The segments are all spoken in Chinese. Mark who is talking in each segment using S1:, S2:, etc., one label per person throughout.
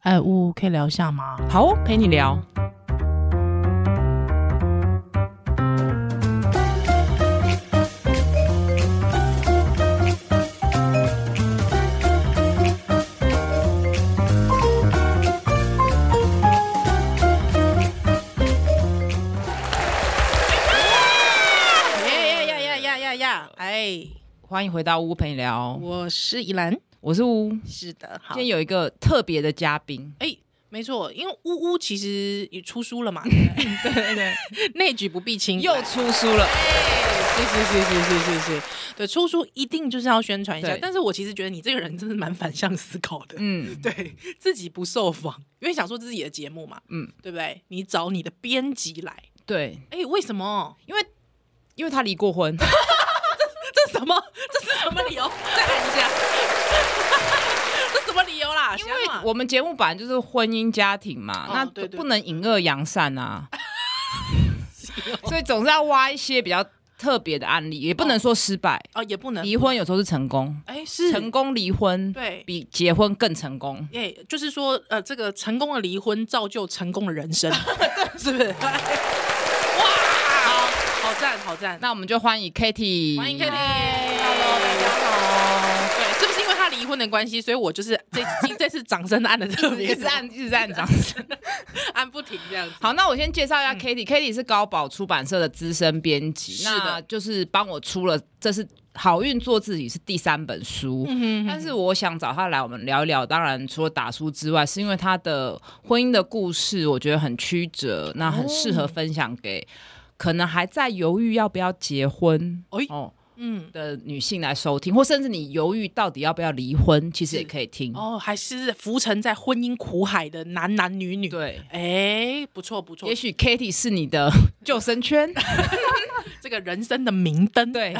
S1: 哎，呜，可以聊一下吗？
S2: 好哦，陪你聊。呀呀呀呀呀呀呀！
S1: 哎，
S2: 欢迎回到屋陪你聊，
S1: 我是依兰。
S2: 我是屋。
S1: 是的，好
S2: 今。天有一个特别的嘉宾，
S1: 哎，没错，因为呜呜其实也出书了嘛，对不对
S2: 对对对，
S1: 内举不避亲。
S2: 又出书了。
S1: 是是是是是是是，对，出书一定就是要宣传一下
S2: 对。
S1: 但是我其实觉得你这个人真的蛮反向思考的。
S2: 嗯，
S1: 对自己不受访，因为想说自己的节目嘛，
S2: 嗯
S1: 嗯，对不对？你找你的编辑来，
S2: 对，
S1: 哎，为什么？
S2: 因为因为他离过婚，
S1: 这什么？这是什么理由？再喊一下，这什么理由啦？
S2: 因
S1: 因
S2: 为我们节目本来就是婚姻家庭嘛，
S1: 哦
S2: 那
S1: 对对
S2: 不能隐恶扬善啊，所以总是要挖一些比较特别的案例，也不能说失败，
S1: 哦也不能
S2: 离，婚有时候是成功，
S1: 哎是
S2: 成功离婚
S1: 对。
S2: 比结婚更成功。
S1: 哎、就是说，呃，这个成功的离婚造就成功的人生， 是不是？哇，好，好赞，好赞！
S2: 那我们就欢迎 Kitty，
S1: 欢迎 Kelly。Hello，大家好。对，是不是因为他离婚的关系，所以我就是这这次掌声按的特别
S2: 一直按一直按掌声。
S1: 按不停这样子。
S2: 好，那我先介绍一下 Kitty，Kitty、是高宝出版社的资深编辑，
S1: 嗯是的
S2: 那就是帮我出了，这是《好运做自己》是第三本书。
S1: 嗯
S2: 但是我想找他来，我们聊一聊。当然，除了打书之外，是因为他的婚姻的故事，我觉得很曲折，那很适合分享给可能还在犹豫要不要结婚
S1: 哎
S2: 哦
S1: 嗯，
S2: 的女性来收听，或甚至你犹豫到底要不要离婚，其实也可以听。
S1: 哦，还是浮沉在婚姻苦海的男男女女。，
S2: 对，
S1: 哎，不错不错
S2: 也，许 Kitty 是你的 救生圈，
S1: 这个人生的明灯，啊
S2: 对。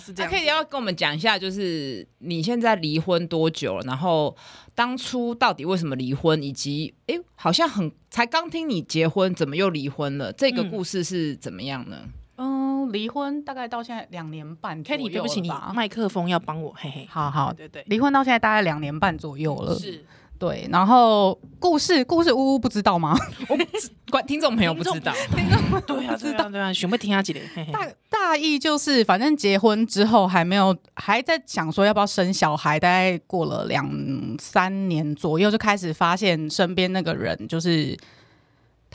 S1: 是这样
S2: 那啊可以
S1: 子。
S2: 要跟我们讲一下，就是你现在离婚多久了？然后当初到底为什么离婚，以及哎、诶好像很才刚听你结婚，怎么又离婚了？这个
S1: 嗯
S2: 故事是怎么样呢？
S3: 嗯，离婚大概到现在两年半左
S1: k
S3: 右
S1: e 对不起，你
S3: 了吧
S1: 麦克风要帮我，嘿嘿。
S3: 好好，
S1: 对对，
S3: 离婚到现在大概两年半左右了。
S1: 是
S3: 对，然后故事故事呜呜不知道吗？
S2: 观听众朋友不知道，
S1: 对啊，对啊，对啊，想要听下几嘞？嘿嘿
S3: 大大意就是，反正结婚之后还没有，还在想说要不要生小孩，大概过了两三年左右，就开始发现身边那个人就是。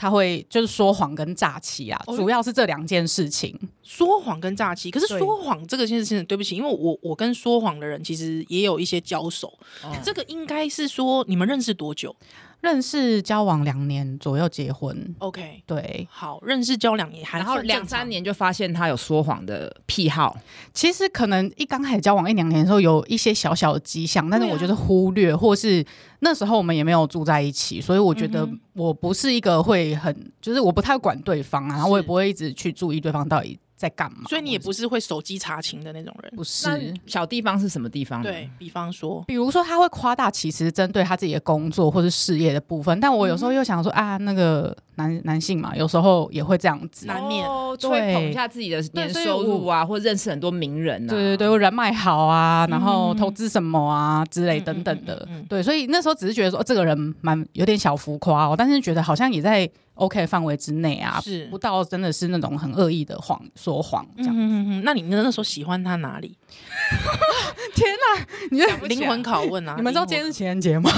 S3: 他会就是说谎跟诈欺啊，
S1: 哦
S3: 主要是这两件事情。
S1: 说谎跟诈欺，可是
S3: 对
S1: 说谎这个件事情，对不起，因为我我跟说谎的人其实也有一些交手，
S2: 哦
S1: 这个应该是说你们认识多久
S3: 认识交往两年左右结婚，
S1: ？OK，
S3: 对，
S1: 好，认识交两年，还
S2: 然后
S1: 算
S2: 两
S1: 正常
S2: 三，年就发现他有说谎的癖好，
S3: 其实可能一刚开始交往一两年的时候，有一些小小的迹象，但是
S1: 对啊
S3: 我觉得忽略，或是那时候我们也没有住在一起，所以我觉得
S1: 嗯哼
S3: 我不是一个会很，就是我不太管对方啊，然后我也
S1: 是
S3: 不会一直去注意对方到底在干嘛。
S1: 所以你也
S3: 或
S1: 不是会手机查情的那种人
S3: 者。不
S2: 那
S3: 是。
S2: 小地方是什么地方？
S1: 对，比方说，
S3: 比如说，他会夸大其词，针对他自己的工作或是事业的部分，但我有时候又想说、啊，那个男男性嘛，有时候也会这样子。
S1: 难免
S2: 哦
S3: 对
S2: 吹捧一下自己的年
S3: 对所以
S2: 收入啊，或认识很多名人啊。
S3: 对对对，我人脉好啊，然后
S1: 嗯
S3: 投资什么啊之类
S1: 嗯
S3: 等等的，
S1: 嗯嗯嗯嗯
S3: 对，所以那时候只是觉得说、哦这个人蛮有点小浮夸哦，但是觉得好像也在 OK 范围之内啊，
S1: 是
S3: 不到真的是那种很恶意的谎说谎这
S1: 嗯
S3: 样。
S1: 嗯嗯，那你那时候喜欢他哪里？
S3: 你这
S2: 不起来
S1: 灵魂拷问啊！
S3: 你们知道今
S1: 灵魂
S3: 天是情人节吗？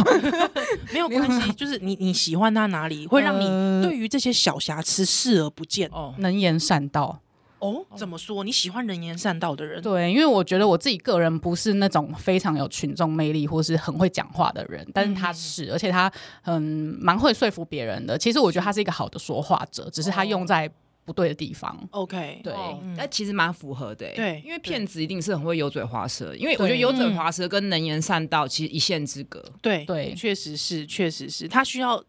S1: 没有关系，就是你你喜欢他哪里，会让你
S3: 呃
S1: 对于这些小瑕疵视而不见
S2: 哦，
S3: 能言善道，
S1: 哦？怎么说？你喜欢人言善道的人？
S3: 对，因为我觉得我自己个人不是那种非常有群众魅力或是很会讲话的人， 但是他是，而且他嗯蛮会说服别人的。其实我觉得他是一个好的说话者，只是他
S1: 哦
S3: 用在不对的地方。
S1: ，OK，
S3: 对，
S2: 哦
S1: 嗯
S2: 那、其实蛮符合的、欸，
S1: 对
S2: 因为骗子一定是很会油嘴滑舌，因为我
S3: 对
S2: 觉得油嘴滑舌跟能言善道其实一线之隔。
S1: 对
S3: 对
S1: 确实是，确实是，他需要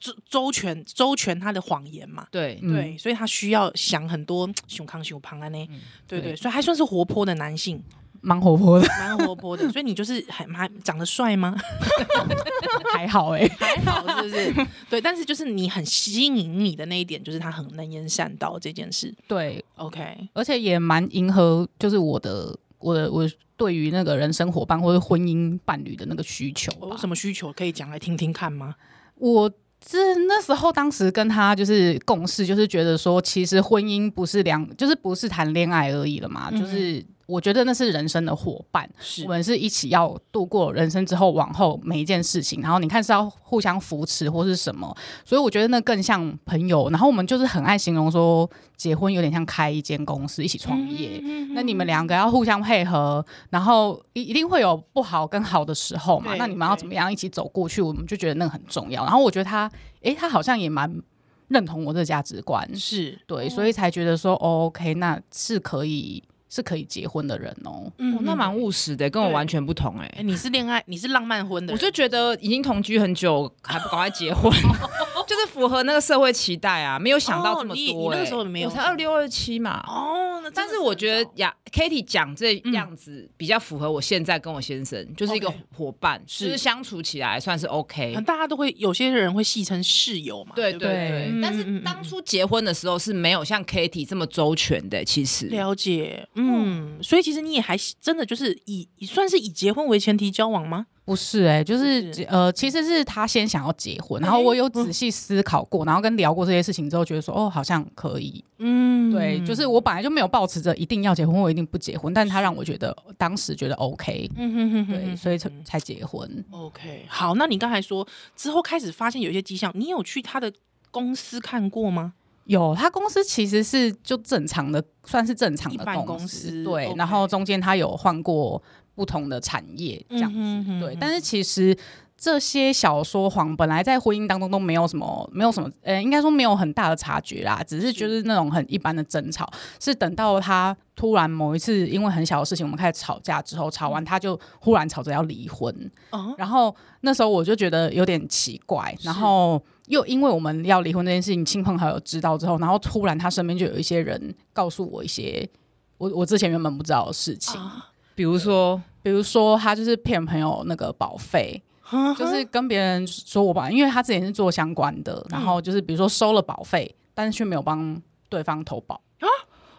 S1: 周周全周全他的谎言嘛。
S2: 对，
S3: 嗯
S1: 对，所以他需要想很多熊康熊胖啊呢，对对，
S3: 对
S1: 所以还算是活泼的男性，
S3: 蛮活泼的，
S1: 蛮活泼的。所以你就是还蛮长得帅吗？
S3: 还好哎、
S1: 还好欸是不是？ 对，但是就是你很吸引你的那一点，就是他很能言善道这件事。
S3: 对，
S1: OK，
S3: 而且也蛮迎合，就是我的我的我对于那个人生伙伴或者婚姻伴侣的那个需求吧。
S1: 我有什么需求可以讲来听听看吗？
S3: 我这那时候当时跟他就是共识，就是觉得说，其实婚姻不是两，就是不是谈恋爱而已了嘛，
S1: 嗯
S3: 啊就是我觉得那是人生的伙伴，
S1: 是
S3: 我们是一起要度过人生之后往后每一件事情，然后你看是要互相扶持或是什么，所以我觉得那更像朋友。然后我们就是很爱形容说，结婚有点像开一间公司一起创业。
S1: 嗯
S3: 那你们两个要互相配合，然后一一定会有不好跟好的时候嘛。
S1: 对
S3: 那你们要
S1: 对
S3: 怎么样一起走过去？我们就觉得那个很重要。然后我觉得他，诶，他好像也蛮认同我这个价值观，
S1: 是
S3: 对，所以才觉得说、哦、，OK，那是可以是可以结婚的人哦。
S1: 嗯
S2: 哦那蛮务实的，跟我
S1: 对
S2: 完全不同哎、
S1: 哎，你是恋爱，你是浪漫婚的
S2: 我
S1: 人，
S2: 就觉得已经同居很久，还不赶快结 婚，就是符合那个社会期待啊！没有想到这么
S1: 哦你
S2: 多、欸
S1: 你那个时候没有
S2: 我才二六二七嘛。
S1: 哦，那真的
S2: 但是我觉得
S1: 很早嗯
S2: 呀，Kitty 讲这样子比较符合我现在跟我先生，就是一个
S1: OK
S2: 伙伴，
S1: 是
S2: 就是相处起来算是 OK
S1: 可能。大家都会有些人会戏称室友嘛，
S2: 对
S1: 不
S2: 对对，
S1: 嗯
S2: 但
S1: 嗯
S2: 是
S1: 嗯
S2: 当初结婚的时候是没有像 Kitty 这么周全的，其实。
S1: 了解，嗯，所以其实你也还真的就是以以算是以结婚为前提交往吗？
S3: 不是诶，就是
S1: 不是
S3: 呃，其实是他先想要结婚，然后
S1: 诶
S3: 我有
S1: 嗯
S3: 仔细思考过，然后跟聊过这些事情之后，觉得说哦，好像可以。
S1: 嗯，
S3: 对，就是我本来就没有抱持着一定要结婚或一定不结婚，但他让我觉得当时觉得 OK，
S1: 嗯哼哼哼
S3: 对，
S1: 哼
S3: 所以才才结婚。
S1: OK，好，那你刚才说之后开始发现有一些迹象，你有去他的公司看过吗？
S3: 有他公司其实是就正常的，算是正常
S1: 一
S3: 的
S1: 般
S3: 公
S1: 公司
S3: 对
S1: OK。
S3: 然后中间他有换过不同的产业这样
S1: 嗯哼哼
S3: 子，对
S1: 哼。
S3: 但是其实这些小说谎本来在婚姻当中都没有什么，没有什么，呃，应该说没有很大的察觉啦，只是就是那种很一般的争吵。是等到他突然某一次因为很小的事情我们开始吵架之后，吵完他就忽然吵着要离婚，
S1: 嗯哦
S3: 然后那时候我就觉得有点奇怪，然后又因为我们要离婚这件事情，亲朋好友知道之后，然后突然他身边就有一些人告诉我一些我我之前原本不知道的事情，
S1: 啊，
S2: 比如说，
S3: 比如说他就是骗朋友那个保费，
S1: 哈
S3: 就
S1: 哈
S3: 是跟别人说我把，因为他之前是做相关的，然后就是比如说收了保费，但是却没有帮对方投保，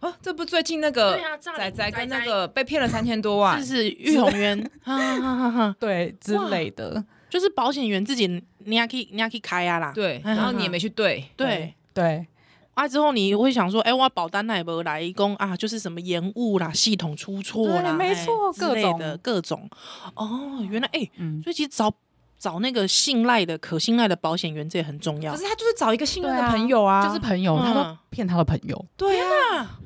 S2: 啊，这不最近那个
S1: 对啊诈领
S2: 仔仔跟那
S1: 仔仔
S2: 个被骗了三千多万
S1: 是，是玉红 渊，哈哈哈哈，
S3: 对之类的，
S1: 就是保险员自己你要可以你要可以开啊啦，
S2: 对，
S1: 哈哈哈
S2: 然后你也没去嗯对，
S1: 对。
S3: 对。
S1: 啊，之后你会想说，哎、我保单那也没来一共啊，就是什么延误啦、系统出错啦，
S3: 对没错
S1: 哎之类
S3: 各种
S1: 的各种。哦，原来哎、
S3: 嗯
S1: 所以其实找找那个信赖的、可信赖的保险员，这也很重要
S2: 可。是他就是找一个信任
S3: 对
S2: 的
S3: 啊
S2: 朋友啊，
S3: 就是朋友，
S1: 嗯
S3: 他都骗他的朋友，
S2: 对啊，
S1: 啊，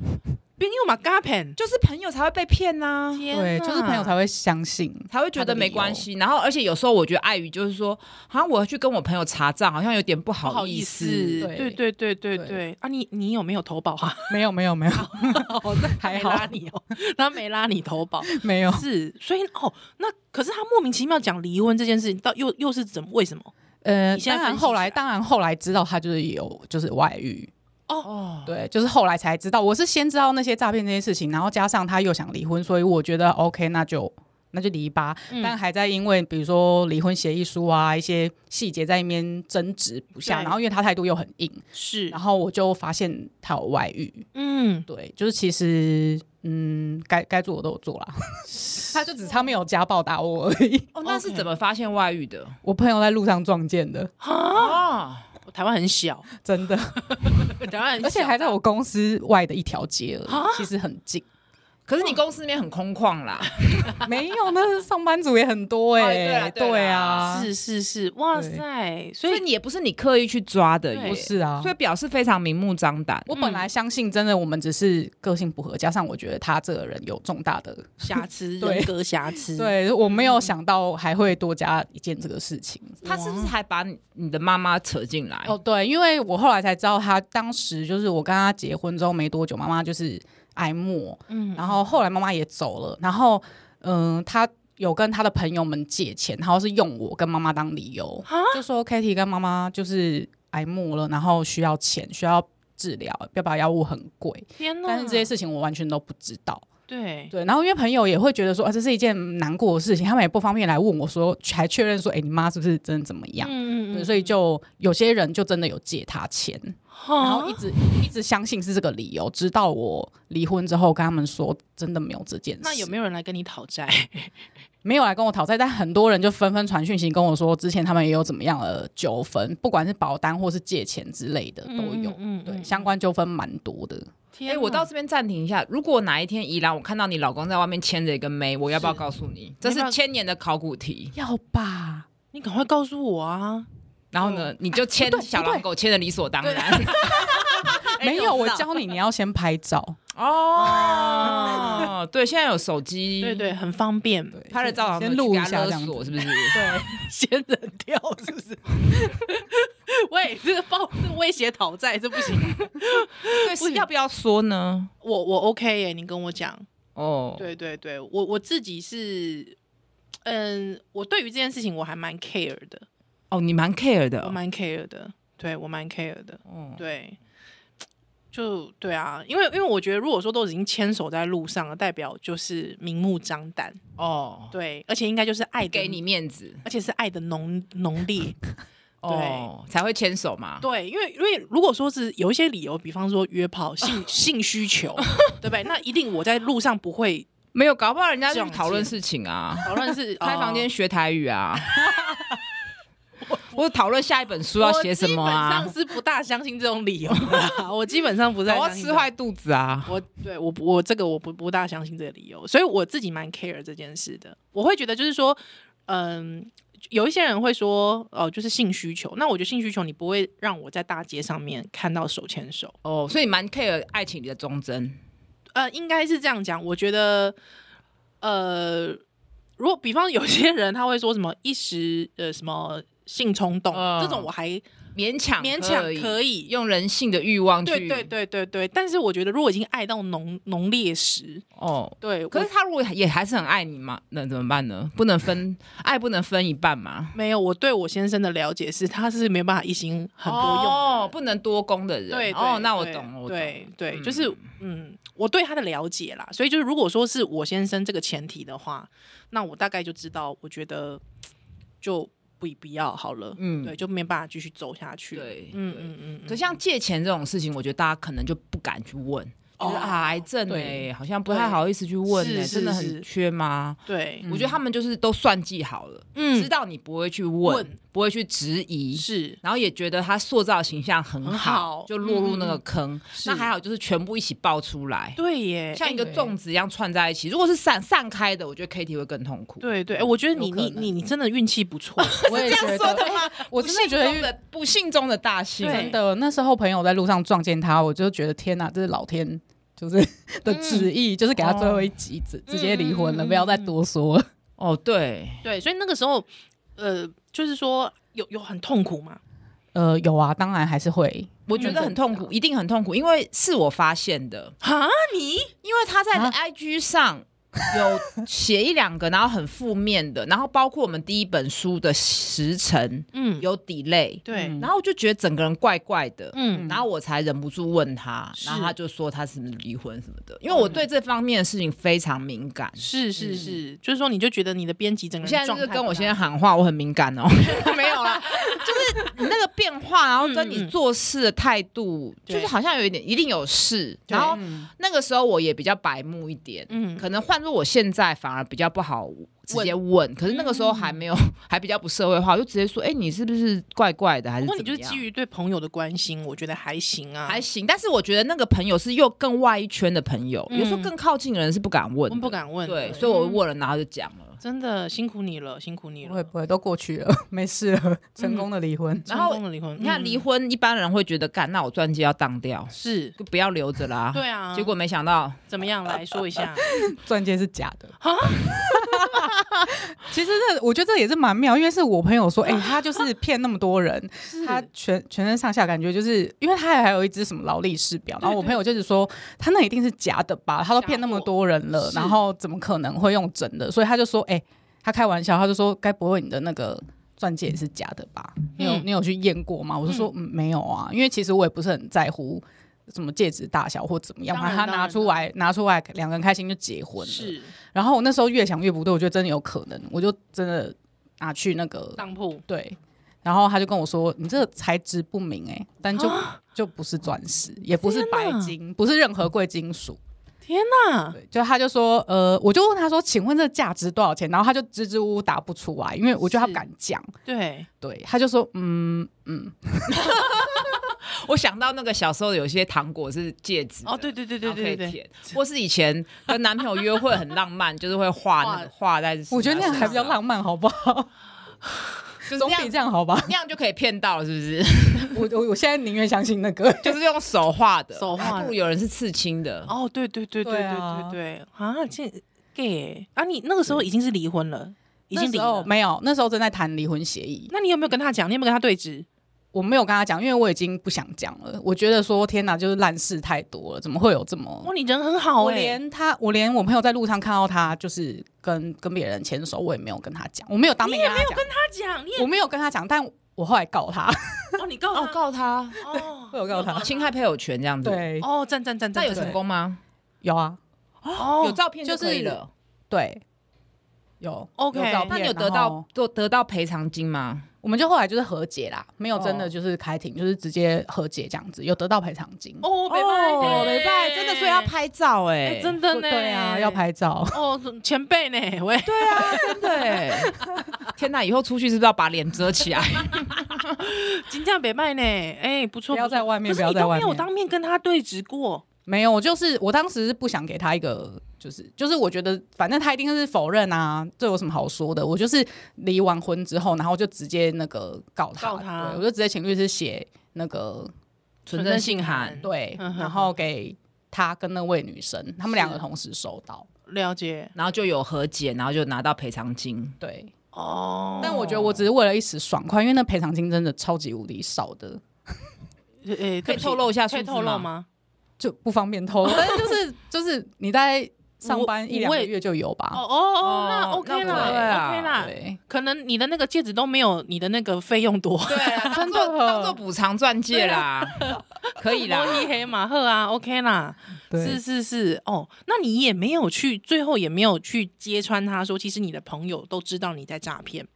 S1: 朋友嘛，嘎骗，
S2: 就是朋友才会被骗呐、
S3: 对，就是朋友才会相信。
S2: 才会觉得没关系。然后，而且有时候我觉得碍于就是说，好像我去跟我朋友查账，好像有点不
S1: 不
S2: 好
S1: 好
S2: 意
S1: 意
S2: 思。
S1: 思，对
S3: 对
S1: 对对对
S3: 对
S1: 对。啊，你你有没有投保 啊？
S3: 没有没有没有，
S1: 哦，这
S3: 还
S1: 没
S3: 好
S1: 拉你哦，他没拉你投保。
S3: 没 有，
S1: 是，所以哦，那可是他莫名其妙讲离婚这件事情，到又又是怎么为什么？
S3: 呃，
S1: 你现在
S3: 当
S1: 分
S3: 然
S1: 析
S3: 后
S1: 起来
S3: 来，当然后来知道他就是有就是外遇，
S2: 哦，
S3: 对，就是后来才知道，我是先知道那些诈骗这些事情，然后加上他又想离婚，所以我觉得 OK，那就那就离吧。
S1: 嗯
S3: 但还在因为比如说离婚协议书啊一些细节在那边争执不下，
S1: 对嗯
S3: 然后因为他态度又很硬，
S1: 是
S3: 然，后我就发现他有外遇。
S1: 嗯，
S3: 对，就是其实嗯，该该做的都 有做啦，他就只差没有家暴打我而已。
S2: 哦，那是怎么发现外遇的？
S3: 我朋友在路上撞见的，
S2: 哦，
S1: 台湾很小，
S3: 真的。
S1: 台湾很小，
S3: 而且还在我公司外的一条街而已，其实很近。
S2: 可是你公司里面很空旷啦，
S3: 没有，那上班族也很多
S2: 哦对啦
S3: 哎、
S2: 对啦
S3: 对啊，
S1: 是是是，哇
S3: 对
S1: 塞，所
S2: 所以
S1: 以
S2: 你也不是你刻意去抓的
S1: 对
S2: 耶，
S3: 不是啊
S2: 欸所？以表示非常明目张胆。
S3: 我本来相信，真的我们只是个性不合，加上我觉得他这个人有重大的，
S1: 瑕疵
S3: 对
S1: 人格瑕疵，，
S3: 对我没有想到还会多加一件这个事情。
S2: 他是不是还把你你的妈妈扯进来？
S3: 哦，对，因为我后来才知道，他当时就是我跟他结婚之后没多久，妈妈就是癌末，
S1: 嗯，
S3: 然后后来妈妈也走了，然后嗯、他有跟他的朋友们借钱，然后是用我跟妈妈当理由，就说 Kitty 跟妈妈就是癌末了，然后需要钱，需要治疗，标靶药物很贵，
S1: 天哪，
S3: 但是这些事情我完全都不知道。
S1: 对，
S3: 对，然后因为朋友也会觉得说啊，这是一件难过的事情，他们也不方便来问我说，还确认说，哎、你妈是不是真的怎么样？
S1: 嗯
S3: 对，所以就有些人就真的有借他钱，然
S2: 哦
S3: 后一直一直相信是这个理由，直到我离婚之后跟他们说真的没有这件事。
S1: 那有没有人来跟你讨债？
S3: 没有来跟我讨债？但很多人就纷纷传讯息跟我说，之前他们也有怎么样的纠纷，不管是保单或是借钱之类的 都有，
S1: 嗯嗯嗯
S3: 对相关纠纷蛮多的。
S2: 哎、
S1: 天
S2: 我
S1: 哪
S2: 到这边暂停一下。如果哪一天宜兰我看到你老公在外面牵着一个妹，我要不要
S1: 是
S2: 告诉你？这
S1: 你要不要
S2: 是千年的考古题。
S3: 要吧？
S1: 你赶快告诉我啊！
S2: 然后呢，你就牵
S3: 不对
S2: 小
S3: 不对
S2: 狼狗牵的理所当然。
S3: 没有，我教你，你要先拍照。
S2: 哦， 对，现在有手
S3: 嗯
S2: 机，
S1: 对对，很方便，
S2: 拍了照然后
S3: 先
S2: 去
S3: 录一
S2: 给他
S3: 下
S2: 勒
S3: 这样
S2: 索
S3: 子
S2: 是不是？
S1: 仙人跳是不是？喂，这个报这个威胁讨债这不 行，
S2: 对，是要不要说呢？
S1: 我我 OK 耶，你跟我讲，
S2: 哦，
S1: 对对对，我我自己是，嗯，我对于这件事情我还蛮 care 的，
S2: 哦，你蛮 care 的
S1: 我
S2: 哦，
S1: 蛮 care 的，对我蛮 care 的，
S2: 哦
S1: 对，就对啊，因为因为我觉得如果说都已经牵手在路上了，代表就是明目张胆，
S2: 哦，
S1: 对，而且应该就是爱的
S2: 给你，面子
S1: 而且是爱的浓浓烈，嗯
S2: 哦，才会牵手嘛。
S1: 对，因为因为如果说是有一些理由，比方说约炮、 性性需求，对不对？那一定我在路上不 会呃
S2: 没有，搞不好人家就
S1: 这种
S2: 去讨论
S1: 牵
S2: 事情啊，
S1: 讨论是
S2: 开房间学台 语啊，或者讨论下一本书要写什么
S1: 我
S2: 啊
S1: 基，本上是不大相信这种理由的，我基本 上不太
S2: 然后
S1: 相信这
S2: 吃
S1: 种。
S2: 坏肚子啊。
S1: 我对我不我这个我不不大相信这个理由，所以我自己蛮 care 这件事的。我会觉得就是说，嗯，有一些人会说哦，就是性需求。那我觉得性需求你不会让我在大街上面看到手牵手，
S2: 哦，所以你蛮 care 爱情里的忠贞
S1: 呃，应该是这样讲。我觉得，呃，如果比方有些人他会说什么一时呃什么性冲动，
S2: 嗯
S1: 这种我还
S2: 勉强
S1: 勉强可以。
S2: 用人性的欲望去
S1: 对对对对对，但是我觉得如果已经爱到浓浓烈时，
S2: 哦。
S1: 对，
S2: 可
S1: 我
S2: 是他如果也还是很爱你嘛，那怎么办呢？不能分爱，不能分一半嘛。
S1: 没有，我对我先生的了解是，他是没办法一心很多用的人。
S2: 哦，不能多功的人。
S1: 对对
S2: 哦，那我
S1: 对
S2: 懂了，我懂了。
S1: 对对，
S2: 嗯
S1: 就是嗯，我对他的了解啦，所以就是如果说是我先生这个前提的话，那我大概就知道，我觉得就不不要好了，
S2: 嗯
S1: 对，就没办法继续走下去。
S2: 对
S1: 嗯
S2: 对
S1: 嗯嗯嗯，
S2: 可像借钱这种事情，我觉得大家可能就不敢去问，就是
S1: 哦
S2: 啊，癌症
S3: 对
S2: 哎，好像不太好意思去问
S1: 是
S2: 哎，
S1: 是
S2: 真的
S1: 是
S2: 很缺吗？
S1: 对，
S2: 我觉得他们就是都算计好了，知
S1: 嗯，
S2: 道你不会去
S1: 问
S2: 问，不会去质疑，
S1: 是
S2: 然后也觉得他塑造形象很
S1: 很好
S2: 好，就落入那
S1: 嗯嗯
S2: 个
S1: 嗯
S2: 坑。
S1: 是
S2: 那还好，就是全部一起爆出来，
S1: 对耶，
S2: 像
S1: 哎
S2: 一个
S3: 对
S2: 粽子一样串在一起。如果是散散开的，我觉得 K T 会更痛苦。
S1: 对对，哎我觉得你
S3: 有可
S1: 你
S3: 能
S1: 你你真的运气不错，
S3: 我也
S2: 这
S3: 觉
S2: 样
S3: 得
S2: 说的吗？
S3: 我真的觉得
S2: 不幸中的不幸中的大幸，
S1: 对
S3: 真的，那时候朋友在路上撞见他，我就觉得天哪，这是老天就是的旨意，就是给他最后一击，直、直接离婚
S1: 嗯
S3: 了，
S1: 嗯嗯嗯
S3: 不要再多说了。
S2: 哦，对，
S1: 对，所以那个时候，呃，就是说有有很痛苦嘛，
S3: 呃，有啊，当然还是会，
S2: 我觉得很痛
S1: 嗯
S2: 苦，一定很痛苦，因为是我发现的，
S1: 哈，你
S2: 因为他在
S3: 啊
S2: IG 上有写一两个，然后很负面的，然后包括我们第一本书的时辰
S1: 嗯，
S2: 有 delay，
S1: 对，
S3: 嗯
S2: 然后我就觉得整个人怪怪的，
S1: 嗯
S2: 然后我才忍不住问他，
S1: 是哦
S2: 然后他就说他是不是离婚什么的，因为我对这方面的事情非常敏感。
S1: 是是是，就是说你就觉得你的编辑整个
S2: 我
S1: 人
S2: 嗯现在就
S1: 状
S2: 是
S1: 态
S2: 跟我
S1: 不大
S2: 先生喊话，我很敏感 哦， 没有啦，就是你那个变化，然后跟
S1: 嗯
S2: 你
S1: 嗯
S2: 做事的态度，
S1: 对
S2: 就是好像有一点一定有事。
S1: 对
S2: 然后那个时候我也比较白目一点，
S1: 嗯
S2: 可能换做我现在反而比较不好直接问，可是那个时候
S1: 嗯
S2: 还没有， 还比较不社会化，我就直接说，哎、你是不是怪怪的，还是
S1: 不
S2: 怎
S1: 过
S2: 么
S1: 你
S2: 样？
S1: 就是基于对朋友的关心，我觉得还行啊，
S2: 还行，但是我觉得那个朋友是又更外一圈的朋友，
S1: 嗯
S2: 有时候更靠近的人是不敢问
S1: 我
S2: 的，
S1: 们不敢问
S2: 对，
S1: 的，
S2: 所以我
S1: 嗯
S2: 问了，然后就讲了。
S1: 真的辛苦你了，辛苦你
S3: 不会
S1: 了，
S3: 不会，都过去了， 没事了，成功的离婚。
S2: 然后
S1: 成功的离婚，
S2: 你看
S1: 嗯
S2: 离婚，一般人会觉得，干，那我钻戒要当掉，
S1: 是，
S2: 就不要留着啦。
S1: 对啊，
S2: 结果没想到，
S1: 怎么样？来说一 下，
S3: 钻戒是假的。
S1: 啊
S3: 其实这我觉得这也是蛮妙，因为是我朋 友说，哎、他就是骗那么多人，他全全身上下感觉就是，因为他还有一只什么劳力士表，然后我朋友就是说，他那一定是假的吧，他都骗那么多人了，
S1: 是
S3: 然后怎么可能会用真的？所以他就说，哎、他开玩笑，他就说，该不会你的那个。钻戒也是假的吧？你有、
S1: 嗯
S3: 你有去验过吗？我就说、嗯、没有啊，因为其实我也不是很在乎什么戒指大小或怎么样，
S1: 当
S3: 反
S1: 然
S3: 正他
S1: 当
S3: 拿
S1: 然
S3: 出来拿出来，两个人开心就结婚了。
S1: 是
S3: 然后我那时候越想越不对，我觉得真的有可能，我就真的拿去那个
S1: 当铺
S3: 对，然后他就跟我说：“你这个材质不明哎、但就、就不是钻石，也不是
S1: 天
S3: 白
S1: 哪
S3: 金，不是任何贵金属。
S1: 天哪！
S3: 对，就他就说，呃，我就问他说，请问这价值多少钱？然后他就支支吾吾答不出来，因为我觉得他不
S1: 是
S3: 敢讲。
S1: 对，
S3: 对，他就说，嗯嗯，
S2: 我想到那个小时候有些糖果是戒指的
S1: 哦，对对对对
S2: 然后可
S1: 对
S2: 以
S1: 对对，
S2: 舔，或是以前跟男朋友约会很浪漫，就是会画那个画在，
S3: 我觉得那样
S2: 啊
S3: 还比较，浪漫，好不好？
S2: 就是
S3: 总
S2: 那
S3: 比
S2: 样
S3: 这样好吧？
S2: 那样就可以骗到了，是不是？
S3: 我我我现在宁愿相信那个。
S2: 就是用手画的，啊
S1: 手画的
S2: 还不如有人是刺青的，
S1: 哦，对对对对
S3: 对
S1: 对
S3: 啊
S1: 对对，啊，这 gay 啊，你那个时候已经是离婚了，已经
S3: 那
S1: 离
S3: 时候
S1: 了。
S3: 没有，那时候正在谈离婚协议，
S1: 那你有没有跟他讲？你有没有跟他对质？
S3: 我没有跟他讲，因为我已经不想讲了。我觉得说，天哪，就是烂事太多了，怎么会有这么
S1: 哇，你人很好
S3: 我
S1: 哎、欸，
S3: 连他，我连我朋友在路上看到他，就是跟跟别人牵手，我也没有跟他讲，我没有当面跟他讲，
S1: 他讲你也
S3: 我没有跟他讲，但我后来告他，
S1: 哦，你告
S2: 哦，
S1: 他
S2: 告他
S1: 哦
S3: 我有告他，
S2: 侵害配偶权这样子，，
S3: 对，
S1: 哦，赞赞赞赞，
S2: 那有成功吗？
S3: 有啊，
S1: 哦，
S2: 有照片就
S3: 就是
S2: 可以了，
S3: 对，有
S1: OK
S3: 有照片
S2: 那你有得
S3: 然后
S2: 到得得到赔偿金吗？
S3: 我们就后来就是和解啦，没有真的
S2: 哦
S3: 就是开庭，就是直接和解这样子，有得到赔偿金。
S1: 哦，拜
S2: 哦
S1: 拜
S2: 没办法真的，所以要拍照哎
S1: 哎，真的呢，
S3: 对啊，要拍照。
S1: 哦，前辈呢，喂，
S2: 对啊，真的哎，天哪，以后出去是不是要把脸遮起来？
S1: 金价北拜呢，哎，不错，
S3: 不要
S1: 错
S3: 在外面
S1: 可是
S3: 不要
S1: 你
S3: 在
S1: 都
S3: 外
S1: 没有
S3: 面
S1: 当面跟他对质过，
S3: 没有，我就是我当时是不想给他一个，就是就是我觉得反正他一定是否认啊，这有什么好说的？我就是离完婚之后，然后就直接那个告他，
S1: 告他
S3: 对我就直接请律师写那个
S2: 纯真信函，
S3: 对，
S1: 嗯哼
S3: 然后给他跟那位女生，他们两个同时收到，
S1: 了解
S2: 然后就有和解，然后就拿到赔偿金。
S3: 对。
S1: 哦，
S3: 但我觉得我只是为了一时爽快，因为那赔偿金真的超级无敌少的，
S1: 呃，
S2: 可以透露一下
S1: 可以
S2: 数字
S1: 透露
S2: 吗
S1: 吗？
S3: 就不方便透露。但是就是就是你在上班一两
S1: 五
S3: 个
S1: 位
S3: 月就有
S1: 哦
S3: 吧？
S1: 哦哦，那
S2: 哦
S1: OK
S2: 那
S1: 啦
S2: 不会啊
S1: ，OK 啦，
S3: 对，
S1: 可能你的那个戒指都没有你的那个费用多，
S2: 对啊，当做当做补偿钻戒啦，可以啦
S1: 摸。一黑马赫啊，OK 啦，
S3: 对
S1: 是是是，哦，那你也没有去，最后也没有去揭穿他说，其实你的朋友都知道你在诈骗，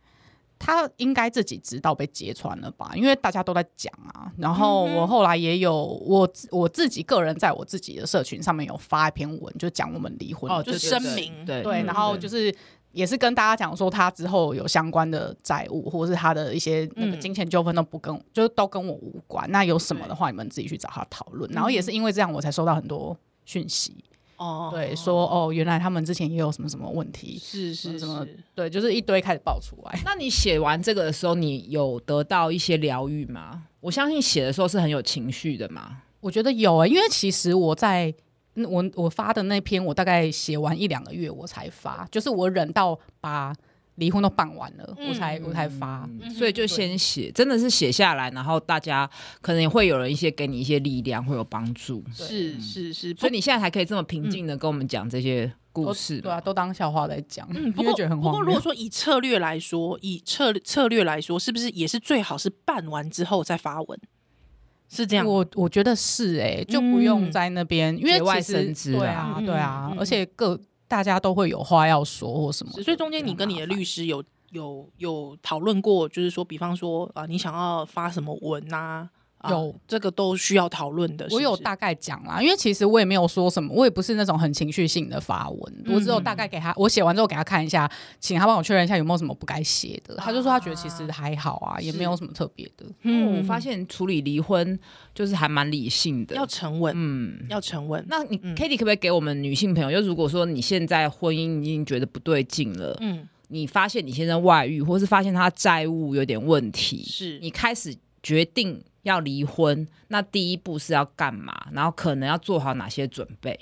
S3: 他应该自己知道被揭穿了吧？因为大家都在讲啊。然后我后来也有我自我自己个人在我自己的社群上面有发一篇文，就讲我们离婚
S2: 哦，
S3: 就
S1: 就
S2: 对对
S1: 声
S2: 对
S1: 明
S2: 对
S3: 对，
S1: 嗯
S3: 然后就是也是跟大家讲说他之后有相关的债务或者是他的一些那个
S1: 嗯
S3: 金钱纠纷都不跟，就是都跟我无关。那有什么的话，你们自己去找他讨论。然后也是因为这样，我才收到很多讯息，
S1: 哦，
S3: 对，说哦，原来他们之前也有什么什么问题，
S1: 是是
S3: 什么
S1: 是，
S3: 对，就是一堆开始爆出来。
S2: 那你写完这个的时候，你有得到一些疗愈吗？我相信写的时候是很有情绪的嘛。
S3: 我觉得有啊、因为其实我在嗯我我发的那篇，我大概写完一两个月我才发，就是我忍到把离婚都办完了，我才我才发。
S1: 嗯
S2: 所以就先写，真的是写下来，然后大家可能也会有人一些给你一些力量，会有帮助。
S3: 嗯
S1: 是是是，不
S2: 所以你现在还可以这么平静的跟我们讲这些故
S3: 都
S2: 事，
S3: 对啊，，都当笑话在讲，
S1: 嗯，不
S3: 因为
S1: 过
S3: 觉得很
S1: 不
S3: 荒
S1: 过，
S3: 谬。
S1: 如果说以策略来说，以策策略来说，是不是也是最好是办完之后再发文？是这样吗，
S3: 我我觉得是哎、就不用在那边，因为
S2: 节外
S3: 其实
S2: 生枝啊
S3: 对啊，
S1: 嗯
S3: 对啊，
S1: 嗯
S3: 而且各大家都会有话要说或什么的，
S1: 所以中间你跟你的律师有有有讨论过，就是说，比方说啊、你想要发什么文呐、啊？
S3: 有
S1: 这个都需要讨论的是不
S3: 我
S1: 是。
S3: 有大概讲啦，因为其实我也没有说什么，我也不是那种很情绪性的发文，
S1: 嗯
S3: 我只有大概给他，我写完之后给他看一下，请他帮我确认一下有没有什么不该写的。他就说他觉得其实还好啊，也没有什么特别的。
S2: 嗯，我发现处理离婚就是还蛮理性的
S1: 要。沉稳，
S2: 嗯，
S1: 要沉稳。
S2: 那你
S1: 嗯
S2: k a t i e 可不可以给我们女性朋友，就如果说你现在婚姻已经觉得不对劲了，
S1: 嗯，
S2: 你发现你先生外遇，或是发现他债务有点问题，
S1: 是
S2: 你开始决定要离婚，那第一步是要干嘛？然后可能要做好哪些准备？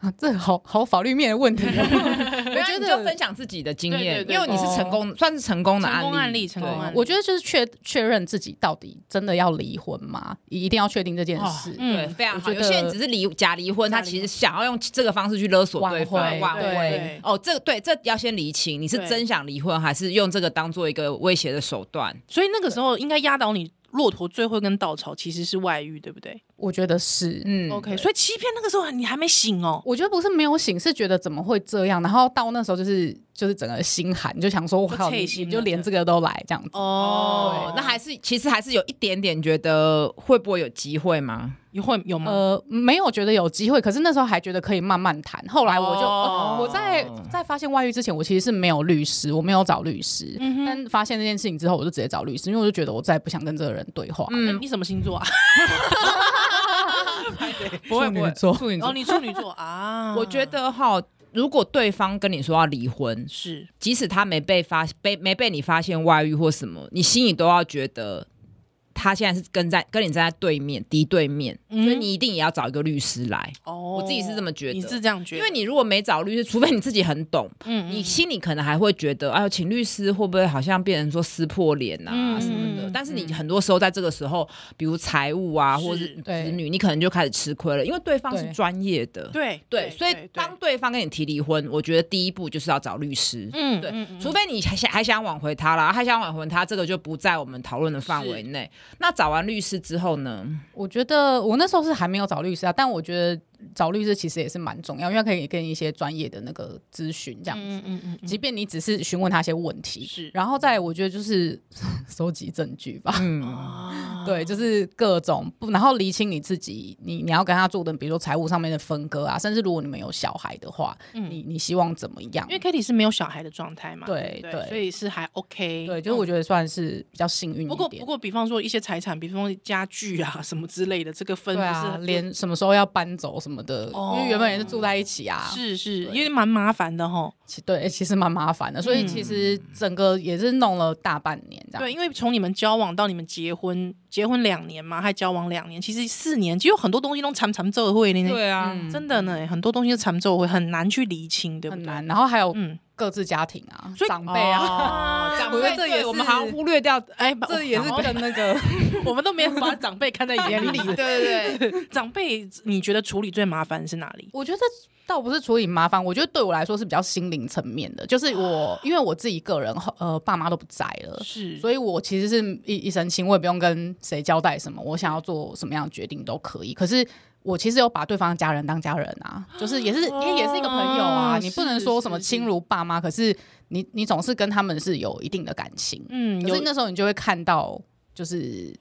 S3: 啊，这好好法律面的问题、 哦。
S2: 我觉得你就分享自己的经
S1: 对对
S2: 验，
S1: 对哦
S2: 因为你是成功，算是成功的
S1: 成
S2: 案例，
S1: 功案例，成功
S2: 对
S1: 案例。
S3: 我觉得就是确确认自己到底真的要离婚吗？一定要确定这件事。
S1: 嗯
S2: 对，非常
S3: 我
S2: 好。
S3: 觉得
S2: 有些人只是离假离婚，
S1: 假
S2: 他
S1: 离婚
S2: 其实想要用这个方式去勒索对方，
S3: 挽回
S2: 挽
S1: 对
S2: 回
S1: 对。
S2: 哦，这对这要先厘清，你是
S1: 对
S2: 真想离婚，还是用这个当做一个威胁的手段？
S1: 所以那个时候应该压倒你骆驼最后一根稻草，其实是外遇，对不对、
S3: 我觉得是，
S2: 嗯
S1: o k 所以欺骗那个时候你还没醒哦。
S3: 我觉得不是没有醒，是觉得怎么会这样？然后到那时候就是就是整个心寒，就想说我
S1: 就
S3: 靠，
S1: 脆
S3: 你
S1: 心
S3: 你就
S1: 了
S3: 连
S1: 这
S3: 这个都来这样子。
S1: 哦
S2: 那还是其实还是有一点点觉得会不会有机会吗？
S1: 有会有吗？哎
S3: 呃，没有觉得有机会，可是那时候还觉得可以慢慢谈。后来我就、
S1: 哦
S3: 呃我在在发现外遇之前，我其实是没有律师，我没有找律师。
S1: 嗯哼
S3: 但发现这件事情之后，我就直接找律师，因为我就觉得我再也不想跟这个人对话。
S1: 嗯，你什么星座啊？
S2: 不会
S3: 处女
S2: 不会，
S3: 座
S2: 处女
S1: 哦，
S2: 座，
S1: 你处女座啊？
S2: 我觉得哈，如果对方跟你说要离婚，
S1: 是
S2: 即使他没被发被没被你发现外遇或什么，你心里都要觉得他现在是跟在跟你站在对面敌对面，
S1: 嗯
S2: 所以你一定也要找一个律师来。
S1: 哦，
S2: 我自己是这么觉得
S1: 你是这样觉
S2: 因
S1: 得？
S2: 为你如果没找律师，除非你自己很懂，
S1: 嗯
S2: 你心里可能还会觉得，哎呦，请律师会不会好像变成说撕破脸啊
S1: 嗯
S2: 什么的？
S1: 嗯
S2: 但是你很多时候在这个时候，比如财务啊，
S1: 是
S2: 或者是
S3: 对
S2: 子女，你可能就开始吃亏了，因为对方是
S3: 对
S2: 专业的。
S1: 对
S2: 对，所以当对方跟你提离婚，我觉得第一步就是要找律师。
S1: 嗯
S2: 对
S1: 嗯嗯
S2: 除非你还想还想挽回他啦，还想挽回他，这个就不在我们讨论的范围内。那找完律师之后呢？
S3: 我觉得我那时候是还没有找律师啊，但我觉得找律师其实也是蛮重要，因为可以跟一些专业的那个咨询这样子。
S1: 嗯嗯嗯
S3: 即便你只是询问他一些问题，
S1: 是
S3: 然后再来我觉得就是 收集证据吧，
S1: 嗯
S2: 嗯，
S1: 啊
S3: 对，就是各种不，然后厘清你自己，你你要跟他做的，比如说财务上面的分割啊，甚至如果你们有小孩的话，
S1: 嗯
S3: 你你希望怎么样
S1: 因为？Kitty 是没有小孩的状态嘛，
S3: 对
S1: 对不
S3: 对
S1: 所以是还 OK。
S3: 对，就是我
S1: 嗯
S3: 觉得算是比较幸运
S1: 不
S3: 一
S1: 过不
S3: 点。
S1: 过，比方说一些财产，比方说家具啊什么之类的，这个分
S3: 对
S1: 不是
S3: 啊，
S1: 很
S3: 连什么时候要搬走什么的，
S1: 哦
S3: 因为原本也是住在一起啊，
S1: 是是，有
S3: 对
S1: 点蛮麻烦的吼。
S3: 其对，其实蛮麻烦的，所以其实整个也是弄了大半年这
S1: 嗯
S3: 样。
S1: 对，因为从你们交往到你们结婚，结婚两年嘛，还交往两年，其实四年，其实有很多东西都缠缠皱会呢。
S2: 对啊，
S3: 嗯
S1: 真的呢，很多东西都缠皱会，很难去厘清，对不
S3: 很
S1: 对？
S3: 难，然后还有
S1: 嗯，
S3: 各自家庭啊，
S1: 所以
S3: 长辈啊，
S2: 哦长
S3: 我觉
S2: 辈
S3: 得这也
S2: 对
S3: 是
S2: 我们好像忽略掉
S1: 哎，
S3: 这也是
S1: 好
S3: 跟那个
S1: 我们都没有把长辈看在眼里。
S2: 对对对，
S1: 长辈，你觉得处理最麻烦是哪里？
S3: 我觉得倒不是处理麻烦，我觉得对我来说是比较心灵层面的，就是 我因为我自己个人，呃，爸妈都不在了。
S1: 是，
S3: 所以我其实是一一身轻，我也不用跟谁交代什么，我想要做什么样的决定都可以。可是我其实有把对方的家人当家人啊，就是也是、因为也是一个朋友啊，
S1: 哦
S3: 你不能
S1: 是
S3: 说什么
S1: 是
S3: 亲如爸妈，可是你你总是跟他们是有一定的感情，
S1: 嗯，
S3: 可
S1: 有
S3: 是那时候你就会看到，就是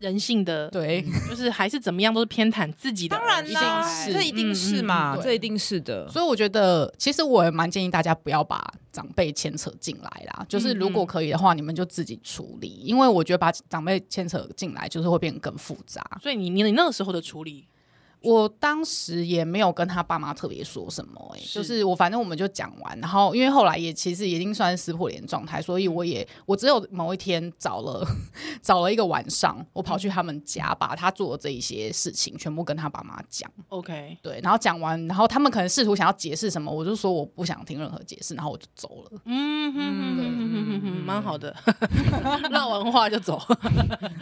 S1: 人性的，
S3: 对，
S1: 就是还是怎么样，都是偏袒自己的儿
S2: 当
S1: 子。
S2: 然啦
S3: 一定，是
S2: 这一定是嘛
S3: 嗯嗯，嗯
S2: 这一定是的。
S3: 所以我觉得，其实我也蛮建议大家不要把长辈牵扯进来啦。就是如果可以的话，你们就自己处理，因为我觉得把长辈牵扯进来，就是会变得更复杂。
S1: 所以你你你那个时候的处理，
S3: 我当时也没有跟他爸妈特别说什么、欸，
S1: 是
S3: 就是我反正我们就讲完，然后因为后来也其实已经算是撕破脸状态，所以我也我只有某一天找了 找了一个晚上，我跑去他们家，把他做的这一些事情全部跟他爸妈讲。
S1: OK，
S3: 对，然后讲完，然后他们可能试图想要解释什么，我就说我不想听任何解释，然后我就走了。
S1: 嗯哼哼哼哼哼哼哼，蛮好的，唠完话就走。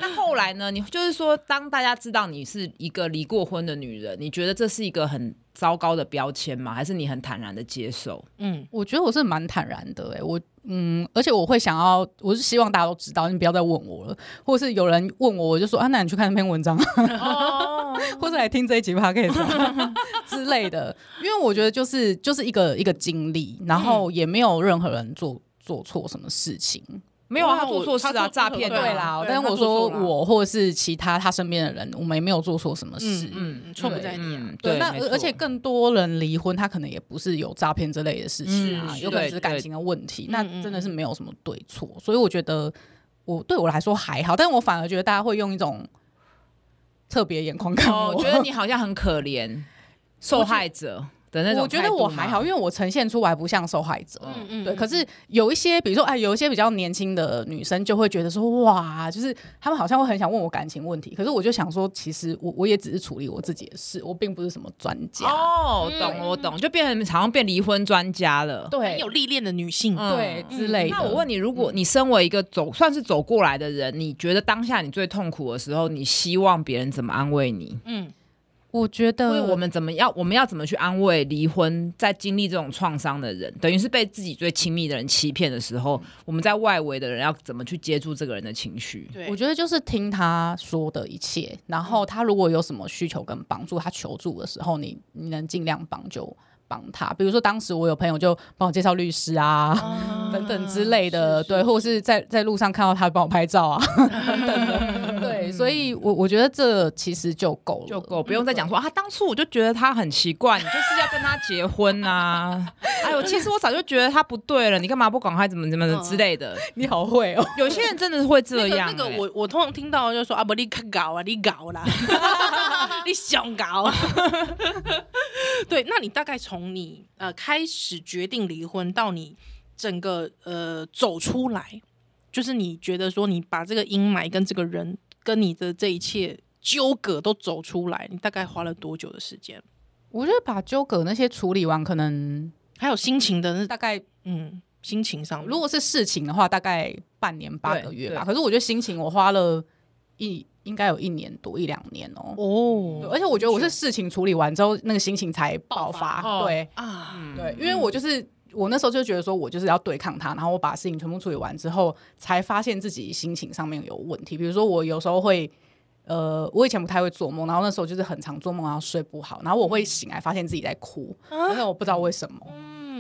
S2: 那后来呢？你就是说，当大家知道你是一个离过婚的女人，你觉得这是一个很糟糕的标签吗？还是你很坦然的接受？
S1: 嗯，
S3: 我觉得我是蛮坦然的、欸，我嗯，而且我会想要，我是希望大家都知道，你不要再问我了，或者是有人问我，我就说啊，那你去看那篇文章，
S1: 哦，
S3: 或者来听这一集 podcast 啊 之类的，因为我觉得就是就是一个一个经历，然后也没有任何人做做错什么事情，
S2: 没有啊，
S1: 哇
S2: 他做错事
S1: 我他做
S2: 啊，诈骗啊
S1: 哎对
S3: 对啦，
S1: 对
S3: 但是
S1: 他
S3: 我
S1: 做
S3: 说
S1: 错啦
S3: 我或者是其他他身边的人，我们也没有做错什么事，
S1: 嗯嗯，错不
S3: 对
S1: 在你啊。
S2: 嗯，
S3: 对，
S2: 对，
S3: 那
S2: 没错
S3: 而而且更多人离婚，他可能也不是有诈骗之类的事情啊，
S2: 嗯
S3: 有可能
S2: 对
S3: 只是感情的问题，那
S1: 嗯嗯
S3: 真的是没有什么对错，所以我觉得我对我来说还好，但我反而觉得大家会用一种特别眼光 看
S2: 哦，
S3: 我。
S2: 我觉得你好像很可怜受害者的那种
S3: 我觉得我还好，
S2: 态度吗，
S3: 因为我呈现出来不像受害者。
S1: 嗯嗯
S3: 对，
S1: 嗯
S3: 可是有一些，比如说，哎，有一些比较年轻的女生就会觉得说，哇，就是她们好像会很想问我感情问题。可是我就想说，其实我我也只是处理我自己的事，我并不是什么专家。
S2: 哦，懂了，我懂，就变成好像变离婚专家了。
S1: 很
S3: 对
S1: 有，历练的女性，
S2: 嗯
S3: 对之类的。
S2: 那我问你，如果你身为一个走算是走过来的人，你觉得当下你最痛苦的时候，你希望别人怎么安慰你？
S1: 嗯，
S3: 我觉
S2: 或者
S3: 得
S2: 我们怎么要我们要怎么去安慰离婚在经历这种创伤的人，等于是被自己最亲密的人欺骗的时候，我们在外围的人要怎么去接住这个人的情绪？
S1: 对，
S3: 我觉得就是听他说的一切，
S2: 嗯
S3: 然后他如果有什么需求跟帮助，他求助的时候，你你能尽量帮就帮他。比如说当时我有朋友就帮我介绍律师啊，
S2: 哦
S3: 等等之类的，对，或者是在在路上看到他帮我拍照 啊，等等的，对，所以我我觉得这其实就够了，
S2: 嗯就够，不用再讲说啊，当初我就觉得他很奇怪，你就是要跟他结婚啊！ 哎呦，其实我早就觉得他不对了，你干嘛不赶快怎么怎么的之类的？
S3: 你好会哦，
S2: 有些人真的会这
S1: 那个
S2: 样、
S1: 那个
S2: 哎
S1: 我 我通常听到就说啊，不你看搞啊，你搞啦，你想搞啊。 对，那你大概从你呃开始决定离婚到你整个呃走出来，就是你觉得说你把这个阴霾跟这个人跟你的这一切纠葛都走出来，你大概花了多久的时间？
S3: 我觉得把纠葛那些处理完，可能
S1: 还有心情的那
S3: 大概
S1: 嗯心情上面，
S3: 如果是事情的话，大概半年八
S2: 对
S3: 个月吧。
S2: 对
S3: 可是我觉得心情我花了一应该有一年多一两年哦、对
S1: 哦
S3: 而且我觉得我是事情处理完之后，那个心情才爆
S2: 爆
S3: 发。
S2: 发哦
S3: 对
S1: 啊，
S3: 对，因为我就是我那时候就觉得说我就是要对抗他，然后我把事情全部处理完之后，才发现自己心情上面有问题。比如说我有时候会。呃，我以前不太会做梦，然后那时候就是很常做梦，然后睡不好，然后我会醒来发现自己在哭，但是我不知道为什么。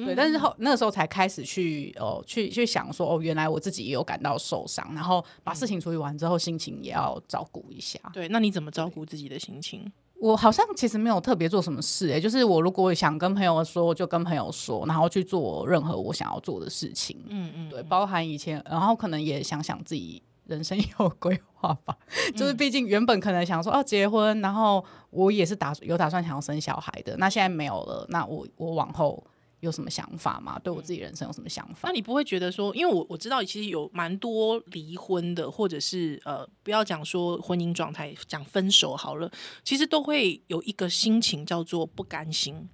S3: 对，但是后那个时候才开始去哦，去去想说哦，原来我自己也有感到受伤，然后把事情处理完之后，心情也要照顾一下。
S1: 对，那你怎么照顾自己的心情？
S3: 我好像其实没有特别做什么事、欸，就是我如果想跟朋友说，我就跟朋友说，然后去做任何我想要做的事情，
S1: 嗯嗯，
S3: 对，包含以前，然后可能也想想自己人生以后规划吧， 就是毕竟原本可能想说哦、结婚，然后我也是打有打算想要生小孩的，那现在没有了，那我我往后有什么想法吗？对我自己人生有什么想法
S1: 那？你不会觉得说，因为我我知道其实有蛮多离婚的，或者是呃，不要讲说婚姻状态，讲分手好了，其实都会有一个心情叫做不甘心，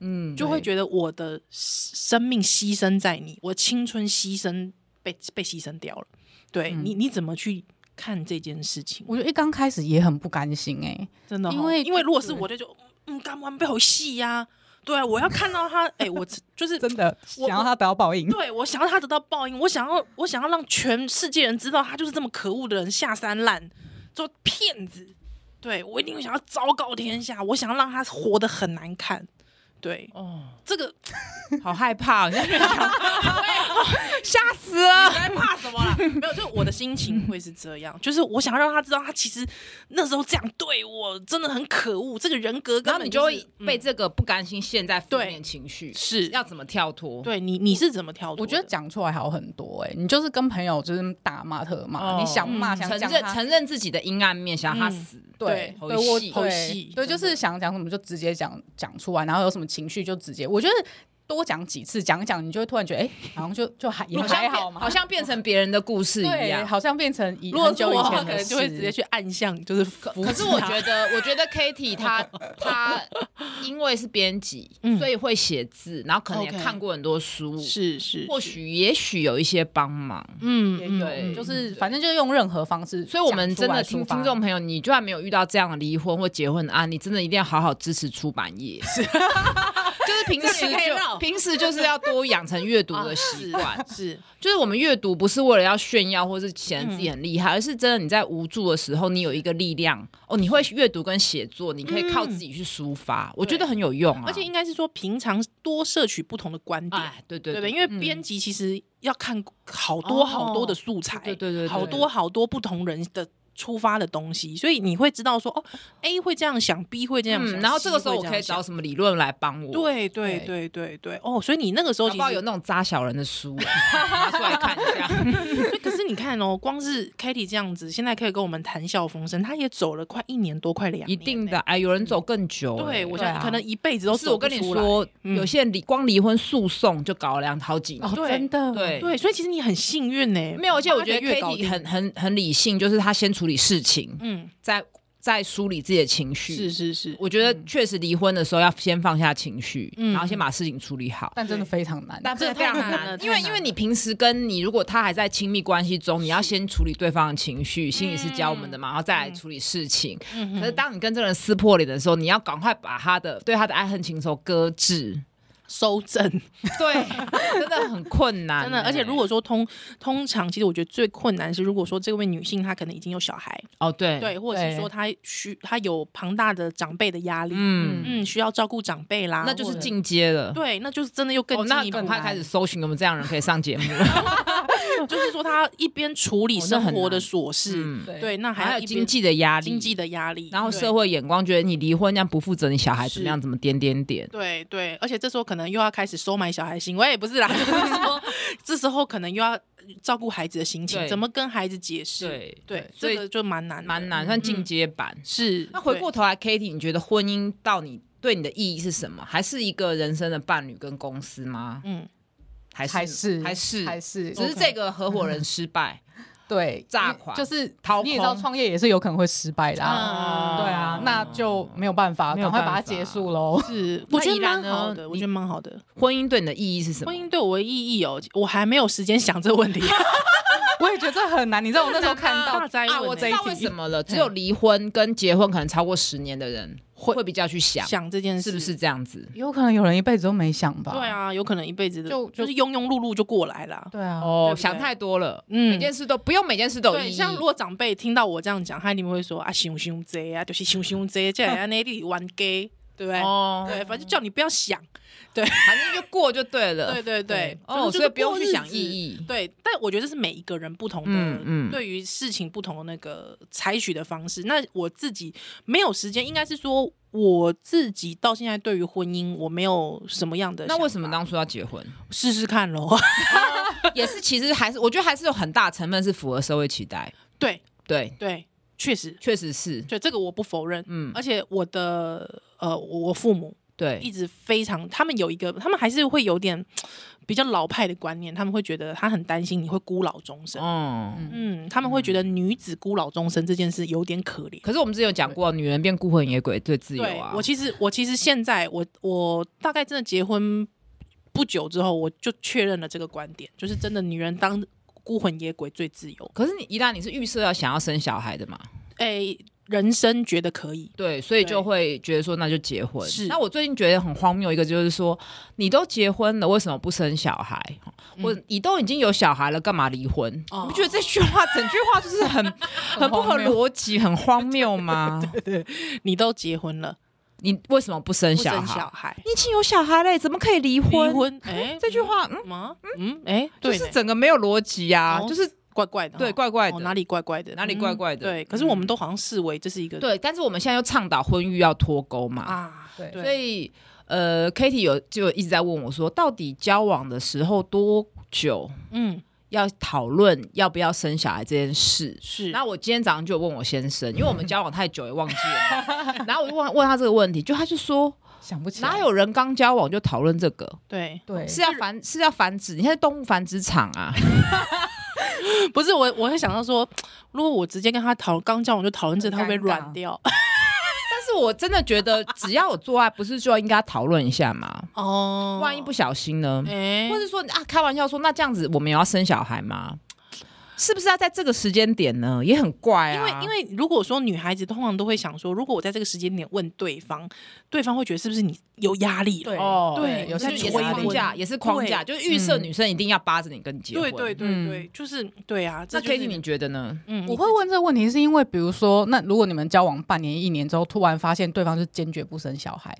S1: 嗯，就会觉得我的生命牺牲在你，我青春牺牲被被牺牲掉了，对、
S3: 嗯
S1: 你你怎么去看这件事情？
S3: 我觉得一刚开始也很不甘心哎、
S1: 真的哦、
S3: 因为
S1: 因为如果是我的就嗯，干完被我戏呀，对啊，我要看到他，哎、我 就是
S3: 真的
S1: 我
S3: 想要他得到报应。
S1: 对我想要他得到报应，我想要我想要让全世界人知道他就是这么可恶的人，下三滥，做骗子。对我一定会想要昭告天下，我想要让他活得很难看。对，
S2: 哦，
S1: 这个
S2: 好害怕、哦，你在那边讲吓死了。
S1: 该怕什么啦？没有，就我的心情会是这样，就是我想要让他知道，他其实那时候这样对我真的很可恶，这个人格根
S2: 然后
S1: 本
S2: 你就是会
S1: 嗯
S2: 被这个不甘心陷在负
S1: 对
S2: 面情绪，
S1: 是
S2: 要怎么跳脱？
S1: 对你你是怎么跳脱的？
S3: 我觉得讲出来好很多哎、你就是跟朋友就是大骂特骂，
S2: 哦
S3: 你想骂、
S1: 嗯
S3: 想
S2: 承
S3: 讲
S2: 认
S3: 他
S2: 承认自己的阴暗面，想让他死。
S3: 对
S2: 对
S3: 对，
S2: 猴
S3: 我
S2: 戏
S1: 猴
S3: 对
S1: 戏
S3: 对，就
S1: 真的
S3: 是想讲什么就直接讲讲出来，然后有什么情绪就直接，我觉得多讲几次，讲一讲你就会突然觉得，哎、 好像就就还也
S2: 好像
S3: 还
S2: 变
S3: 好嘛，
S2: 好像变成别人的故事一
S3: 对，
S2: 样。
S3: 好像变成以
S1: 如果
S3: 很
S1: 是
S3: 久
S1: 我
S3: 以
S1: 的话，
S3: 前
S1: 可
S3: 的
S1: 能
S3: 事，
S1: 就会直接去暗巷，就是扶
S2: 可
S1: 持
S2: 是我
S1: 他
S2: 觉得，我觉得 Kitty 她她因为是编辑，
S1: 嗯
S2: 所以会写字，然后可能也
S1: OK
S2: 看过很多书，
S1: 是是，
S2: 或
S1: 是
S2: 许也许有一些帮忙。
S1: 嗯
S3: 也
S1: 嗯
S3: 有，
S2: 嗯
S3: 就是反正就用任何方式讲出
S2: 所
S3: 来抒
S2: 以，
S3: 发，
S2: 我们真的听听众朋友，你就算没有遇到这样的离婚或结婚的案例，真的一定要好好支持出版业。就是平时
S1: 这个可以绕
S2: 就平时就是要多养成阅读的习惯，
S1: 啊是
S2: 就是我们阅读不是为了要炫耀或是显得
S1: 嗯
S2: 自己很厉害，而是真的你在无助的时候，你有一个力量哦，你会阅读跟写作，你可以靠自己去抒发，我觉得很有用啊。
S1: 嗯而且应该是说平常多摄取不同的观点，
S2: 哎，对对
S1: 对不
S2: 对
S1: 对？因
S2: 为
S1: 为编辑其实要看好多好多的素材，
S2: 对对对对
S1: 好多好多不同人的。出发的东西，所以你会知道说，哦，A 会这样想，B 会这样想，
S2: 嗯，然后这个
S1: C
S2: 时候我
S1: 会
S2: 可以
S1: 样想
S2: 找什么理论来帮我？，
S1: 对对对对对，哦，所以你那个时候
S2: 搞
S1: 其
S2: 不好有
S1: 实，
S2: 那种扎小人的书 啊拿出来看一下。
S1: 所以可是你看哦，光是 Katy 这样子，现在可以跟我们谈笑风生，他也走了快一年多，快两年，
S2: 一定的，，哎，有人走更久
S1: 嗯
S2: 欸。
S1: 对我
S3: 对
S1: 想、
S3: 啊
S1: 可能一辈子
S2: 不
S1: 都
S2: 是我
S1: 走不
S2: 跟你
S1: 出来
S2: 说，
S1: 嗯
S2: 有些人离光离婚诉讼就搞了两好几年
S3: 哦。
S1: 对
S3: 真的
S2: 对
S1: 对，所以其实你很幸运呢、
S2: 没有，而且我觉
S1: 八
S2: 得
S1: 个月搞
S2: Kitty
S1: 定
S2: 很很很理性，就是她先处理事情，
S1: 嗯，
S2: 再再梳理自己的情绪。
S1: 是是是，
S2: 我觉得确实离婚的时候要先放下情绪，
S1: 嗯
S2: 然后先把事情处理好。
S3: 但真的非常难。
S2: 但
S1: 这
S2: 非常
S1: 太难了
S2: 因为
S1: 太难
S2: 因
S1: 了
S2: 为你平时跟你如果他还在亲密关系中，你要先处理对方的情绪，心理是教我们
S1: 嗯
S2: 的嘛，然后再来处理事情。可是当你跟这个人撕破脸的时候，你要赶快把他的对他的爱恨情仇搁置。
S1: 收 证，
S2: 对，真的很困难欸、
S1: 真的。而且如果说通通常，其实我觉得最困难是，如果说这位女性她可能已经有小孩，
S2: 哦，对，
S1: 对，或者是
S3: 对
S1: 说她需她有庞大的长辈的压力，
S2: 嗯，
S1: 嗯，需要照顾长辈啦，
S2: 那就是
S1: 或者
S2: 进阶了。
S1: 对，那就是真的又更
S2: 哦，
S1: 进
S2: 那
S1: 一步
S2: 赶
S1: 啦。
S2: 快开始搜寻我们这样的人可以上节目。
S1: 就是说她一边处理
S2: 哦那
S1: 生
S2: 很
S1: 活的
S2: 难
S1: 琐事，
S2: 嗯，
S1: 对，那还
S2: 还
S1: 要
S2: 有
S1: 一
S2: 经
S1: 边
S2: 济的压力，
S1: 经济的压力，
S2: 然后
S1: 对
S2: 社会眼光觉得你离婚这样不负责，你小孩
S1: 是
S2: 怎么样怎么点点点。
S1: 对对，而且这时候可能又要开始收买小孩行为，不是啦，就是 说这时候可能又要照顾孩子的心情，
S2: 对
S1: 怎么跟孩子解释？
S2: 对
S1: 对，
S2: 所
S1: 这
S2: 以
S1: 个就蛮难的，
S2: 蛮难，算进阶版。
S1: 是。
S2: 那回
S1: 对
S2: 过头来 k a t i e 你觉得婚姻到你对你的意义是什么？还是一个人生的伴侣跟公司吗？
S1: 嗯，
S2: 还是
S3: 还是
S2: 还是
S3: 还是，
S2: 只是这个合伙人失败
S3: 对
S2: 炸
S3: 因为
S2: 款
S3: 就是
S2: 掏
S3: 你也知道
S2: 空嗯
S3: 创业也是有可能会失败的啊、
S1: 啊
S3: 对啊，那就没有办法，
S2: 没有
S3: 赶快把它
S2: 办法
S3: 结束喽。
S1: 是，我
S2: 那
S1: 觉
S2: 宜
S1: 得
S2: 兰
S1: 蛮好
S2: 呢
S1: 的，我
S2: 你
S1: 觉得蛮好的。
S2: 婚姻对你的意义是什么
S1: 婚？姻对我的意义哦，我还没有时间想这个 问题。
S3: 我也觉得这很难，你知道我那时候看到
S1: 大灾
S2: 啊，
S1: 问
S2: 我
S1: 欸
S2: 知道为什么了。只有离婚跟结婚可能超过十年的人
S1: 会
S2: 会比较去想，
S1: 想这件事
S2: 是不是？这样子？
S3: 有可能有人一辈子都没想吧？
S1: 对，啊，有可能一辈子的
S3: 就
S1: 就是庸庸碌碌就过来了。
S3: 对啊，
S2: 哦
S1: 对，不对
S2: 想太多了，每
S1: 嗯，
S2: 件事都不用，每件事都有
S1: 对，
S2: 意义。
S1: 像如果长辈听到我这样讲，他一定会说啊，想想这啊，就是想想这，这样那里玩 gay，对不对？
S2: 哦，
S1: 对，反正叫你不要想。
S2: 反正就过就对了。
S1: 对对对，
S2: 哦，
S1: 就是
S2: 所以不用去想
S1: 过日
S2: 意
S1: 子。
S2: 义。
S1: 对，但我觉得这是每一个人不同的，
S2: 嗯嗯
S1: 对于事情不同的那个采取的方式。那我自己没有时间，应该是说我自己到现在对于婚姻我没有什么样的
S2: 那
S1: 想法，
S2: 为什么当初要结婚？
S1: 试试看喽？
S2: 也是，其实还是我觉得还是有很大成分是符合社会期待。
S1: 对
S2: 对，
S1: 对，确实，
S2: 确实是。
S1: 对这个我不否认。
S2: 嗯，
S1: 而且我的呃，我我父母一
S2: 对，
S1: 直非常，他们有一个，他们还是会有点比较老派的观念，他们会觉得他很担心你会孤老终生。
S2: 哦。
S1: 嗯，他们会觉得女子孤老终生这件事有点可怜。
S2: 可是我们之前有讲过，女人变孤魂野鬼，对自由
S1: 对
S2: 啊。
S1: 我其实，我其实现在，我我大概真的结婚不久之后，我就确认了这个观点，就是真的女人当孤魂野鬼最自由。
S2: 可是你一旦你是预设要想要生小孩的嘛，
S1: 哎、人生觉得可以，
S2: 对，所以
S1: 对
S2: 就会觉得说那就结婚。
S1: 是
S2: 那我最近觉得很荒谬一个就是说，你都结婚了，为什么不生小孩？我你都已经有小孩了，干嘛离婚？
S1: 嗯哦
S2: 你不觉得这句话整句话就是很 很不合
S3: 荒谬
S2: 逻辑、很荒谬吗？
S1: 你都结婚了，
S2: 你为什么不生
S1: 不
S2: 小
S1: 生
S2: 孩？
S1: 小孩，
S2: 你已经有小孩嘞，怎么可以
S1: 离
S2: 离婚？
S1: 婚，哎、
S2: 这句话，嗯，
S1: 吗？嗯，哎、
S2: 就
S1: 对呢，
S2: 是整个没有逻辑啊，
S1: 哦
S2: 就是
S1: 怪怪的哦，
S2: 对怪怪的。
S1: 哦，哪里怪怪的，
S2: 哪里怪怪的
S1: 嗯对，可是我们都好像视为这是一个
S2: 对，但是我们现在又倡导婚育要脱钩嘛，
S1: 啊，
S3: 对
S2: 所以呃 k a t i e 有就一直在问我说，到底交往的时候多久
S1: 嗯
S2: 要讨论要不要生小孩这件事？
S1: 是，
S2: 然后我今天早上就有问我先生，因为我 们交往太久也忘记了嘛， 然后我就问问他这个问题，就他就说
S3: 想不起来，
S2: 哪有人刚交往就讨论这个？
S1: 对，
S3: 对
S2: 啊是要繁是要繁殖？你现在动物繁殖场啊？
S1: 不是我，我会想到说，如果我直接跟他讨刚交往就讨论这，他会不会
S3: 很尴尬
S1: 软掉？
S2: 但是我真的觉得，只要有做爱，不是就应该讨论一下吗？
S1: 哦
S2: 万一不，小心呢？
S1: 哎、
S2: 或者说啊，开玩笑说，那这样子我们也要生小孩吗？是不是要在这个时间点呢？也很怪
S1: 因
S2: 啊。
S1: 为因为如果说女孩子通常都会想说，如果我在这个时间点问对方，对方会觉得是不是你有压力了？
S3: 对
S2: 哦
S1: 对
S3: 有
S2: 有
S3: 些
S1: 在
S2: 些也是
S1: 催
S2: 框
S1: 婚
S2: 架，也是框架，就是预设女生一定要扒着你跟你结婚。
S1: 对对对对，就是对啊，这
S2: 嗯
S1: 就
S2: 那
S1: 是
S2: k a t i e 你觉得呢？
S1: 嗯，
S3: 我会问这个问题，是因为比如说，那如果你们交往半年、一年之后，突然发现对方是坚决不生小孩，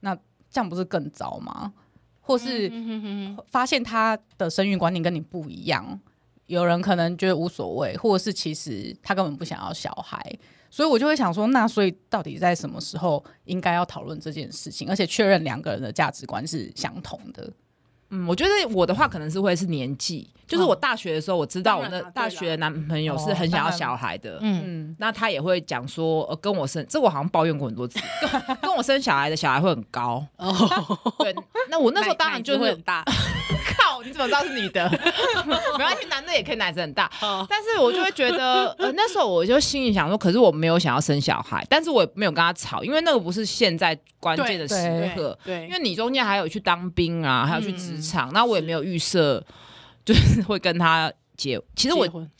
S3: 那这样不是更糟吗？或是
S1: 嗯哼哼 哼
S3: 发现他的生育观念跟你不一样，有人可能觉得无所谓，或者是其实他根本不想要小孩，所以我就会想说，那所以到底在什么时候应该要讨论这件事情，而且确认两个人的价值观是相同的？
S2: 嗯，我觉得我的话可能是会是年纪，就是我大学的时候，我知道我
S1: 当然
S2: 的
S1: 啦对啦
S2: 大学男朋友是
S3: 哦
S2: 很想要
S3: 当然
S2: 小孩的，
S1: 嗯，
S3: 嗯，
S2: 那他也会讲说，呃，跟我生，这我好像抱怨过很多次，跟跟我生小孩的小孩会很高。
S1: 哦，
S2: 对，那我那时候当然就
S1: 奶奶子会
S2: 是
S1: 很大，
S2: 靠，你怎么知道是女的？ 没关系，男的也可以奶子很大。但是我就会觉得，呃，那时候我就心里想说，可是我没有想要生小孩，但是我也没有跟他吵，因为那个不是现在关键的时
S3: 对
S2: 刻。
S1: 对，嗯
S2: 因为你中间还有去当兵啊，还有去职场，那我也没有预设，就是会跟他结。其实我
S1: 结，婚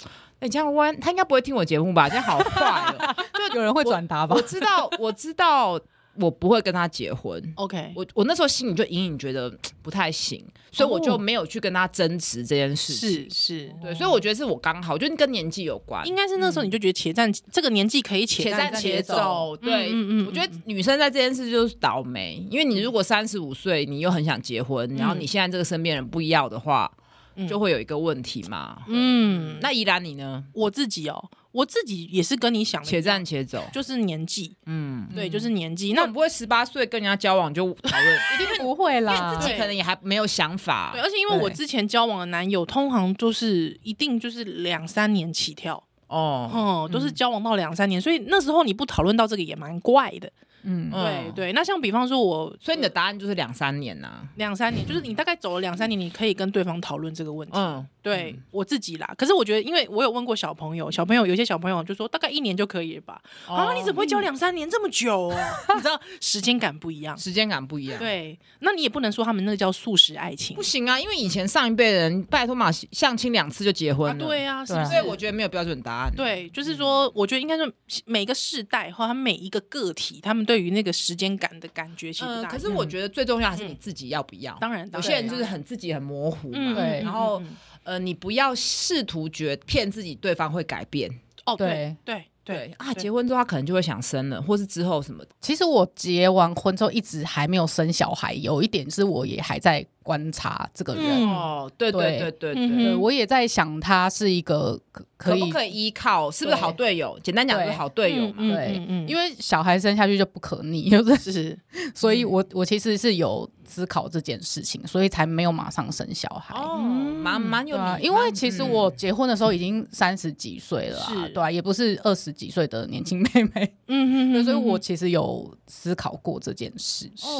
S2: 哎、这样弯， 他应该不会听我节目吧？这样好坏哦。
S3: 就有人会转达吧
S2: 我？知道，我知道我不会跟他结婚。
S1: OK，
S2: 我我那时候心里就隐隐觉得嘖不太行，所以我就没有去跟他争执这件事情。
S1: 哦是是，
S2: 对，所以我觉得是我刚好，我觉得跟年纪有关。
S1: 应该是那时候你就觉得且战这个年纪可以且
S2: 嗯且战且走，对，
S1: 嗯嗯嗯
S2: 我觉得女生在这件事就是倒霉，因为你如果三十五岁，你又很想结婚，然后你现在这个身边人不要的话，
S1: 嗯
S2: 就会有一个问题嘛。
S1: 嗯，那
S2: 那依然你呢？
S1: 我自己哦，我自己也是跟你想的一
S2: 且
S1: 样，
S2: 战且走，
S1: 就是年纪，
S2: 嗯，
S1: 对，就是年纪。
S2: 那
S1: 那
S2: 我不会十八岁跟人家交往就讨 论，
S3: 一定不会啦，
S2: 自己可能也还没有想法
S1: 对，而且因为我
S3: 对
S1: 之前交往的男友，通常就是一定就是两三年起跳，
S2: 哦。
S1: 哦、都是交往到两三年，所以那时候你不讨论到这个也蛮怪的。
S3: 嗯，
S1: 对
S2: 嗯，
S1: 对，那像比方说我
S2: 所以你的答案就是两三年呐。
S1: 两三年，就是你大概走了两三年，你可以跟对方讨论这个问题。
S2: 嗯，
S1: 对、我自己啦，可是我觉得，因为我有问过小朋友，小朋友有些小朋友就说大概一年就可以了吧？
S2: 哦
S1: 啊，你怎么会交两三年这么久哦？ 你知道时间感不一样。
S2: 时间感不一样？，
S1: 对，那你也不能说他们那个叫素食爱情
S2: 不行啊，因为以前上一辈人拜托嘛，相亲两次就结
S1: 啊，
S2: 婚了。
S1: 对啊，是
S3: 对
S1: 不
S3: 啊
S1: 是？
S2: 所以我觉得没有标准答案。，
S1: 对，就是说，我觉得应该说每个世代或他每一个个体，他们对于那个时间感的感觉其实不
S2: 呃，
S1: 大
S2: 可
S1: 一
S2: 是
S1: 样。
S2: 我觉得最重要还是你自己要不要。
S1: 当然，当
S2: 嗯有
S1: 然
S2: 些人就是很自己很模糊嘛，
S3: 对
S2: 然啊后
S1: 嗯嗯嗯
S2: 呃，你不要试图觉骗自己对方会改变。
S1: 哦，对
S3: 对
S1: 对对
S2: 啊，结婚之后他可能就会想生了，或是之后什么的。
S3: 其实我结完婚之后一直还没有生小孩，有一点是我也还在观察这个人，
S1: 嗯
S2: 哦，对
S3: 对
S2: 对对
S1: 嗯
S2: 对
S1: 哼
S3: 对我也在想他是一个可可
S2: 可
S3: 以，
S2: 不可以依靠？是不是
S3: 对
S2: 好队友？简单讲就是
S3: 对
S2: 好队友嘛。
S1: 嗯
S3: 对
S1: 嗯嗯，
S3: 因
S1: 因
S3: 为小孩生下去就不可 逆，就是
S1: 为是
S3: 所
S1: 嗯
S3: 以我我其实是有思考这件事情，所以才没有马上生小孩。
S2: 哦，
S1: 嗯
S2: 蛮蛮有
S3: 对
S2: 礼
S3: 啊
S2: 貌，，
S3: 因为其实
S2: 嗯
S3: 我结婚的时候已经三十几岁了、啊
S1: 是，
S3: 对啊，也不是二十几岁的年轻妹妹，
S1: 嗯嗯，
S3: 所以我其实有思考过这件事。
S2: 哦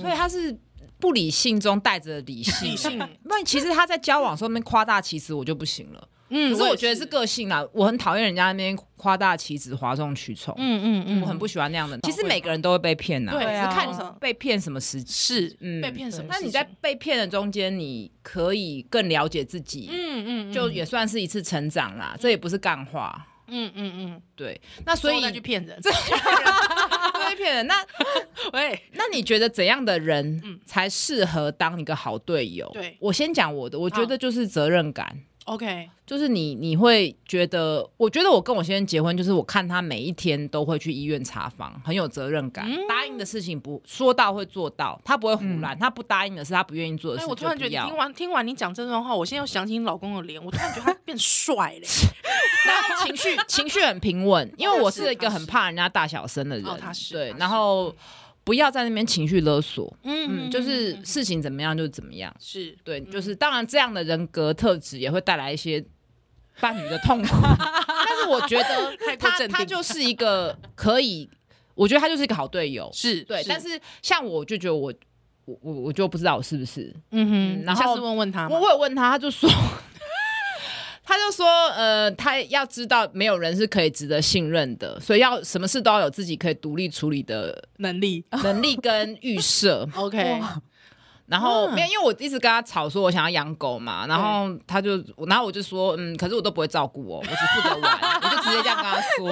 S2: 所以他是不理性中带着理性。
S1: 理性，
S2: 那其实他在交往上面夸大其词，我就不行了。
S1: 嗯，
S2: 可是我
S1: 也
S2: 觉得是，个性啦，我很讨厌人家那边夸大其词、哗众取宠。
S1: 嗯嗯嗯，
S2: 我很不喜欢那样的。
S1: 会
S2: 其实每个人都会被骗呐、
S1: 对
S2: 只
S1: 啊
S2: 是看你被骗什么时机。
S1: 是
S2: 嗯
S1: 被骗什么事情？
S2: 那你在被骗的中间，你可以更了解自己，
S1: 嗯嗯，嗯
S2: 就也算是一次成长啦。这也不是干话，
S1: 嗯嗯嗯，
S2: 对。那所
S1: 所
S2: 以
S1: 以再去骗人，
S2: 被骗人，那
S1: 喂，
S2: 那你觉得怎样的人才适合当一个好队友？
S1: 嗯对啊
S2: 我先讲我的，我觉得就是责任感。
S1: OK，
S2: 就是你，你会觉得，我觉得我跟我先生结婚，就是我看他每一天都会去医院查房，很有责任感，
S1: 嗯
S2: 答应的事情不说到会做到，他不会胡乱，他不答应的是他不愿意做的
S1: 哎，
S2: 事情，
S1: 我突然觉得你听完听完你讲这段话，我现在又想起你老公的脸，我突然觉得他变帅 嘞，
S2: 那情绪情绪很平稳，因为我
S1: 哦他
S2: 是
S1: 是
S2: 一个很怕人家大小声的人，
S1: 哦他是
S2: 对
S1: 他，是
S2: 然后不要在那边情绪勒索，
S1: 嗯
S2: 嗯，就是事情怎么样就怎么样，
S1: 是
S2: 对，就是当然这样的人格特质也会带来一些伴侣的痛苦，啊 但是我 觉得
S1: 太过
S2: 呃他
S1: 镇定
S2: 他就是一个可以，我觉得他就是一个好队友，
S1: 是，
S2: 对。但是像我就觉得我我我我就不知道我是不是，
S1: 嗯哼，
S2: 嗯然
S1: 你下
S2: 后
S1: 次问问他嘛
S2: 我，我有问他，他就说。 他就说，呃，他要知道没有人是可以值得信任的，所以要什么事都要有自己可以独立处理的
S1: 能 力
S2: 能力跟预设。
S1: OK，
S2: 然后、
S1: 啊
S2: 没有，因为我一直跟他吵说我想要养狗嘛，然后他就，然后我就说，嗯，可是我都不会照顾哦，我只负责玩，我就直接这样跟他 说。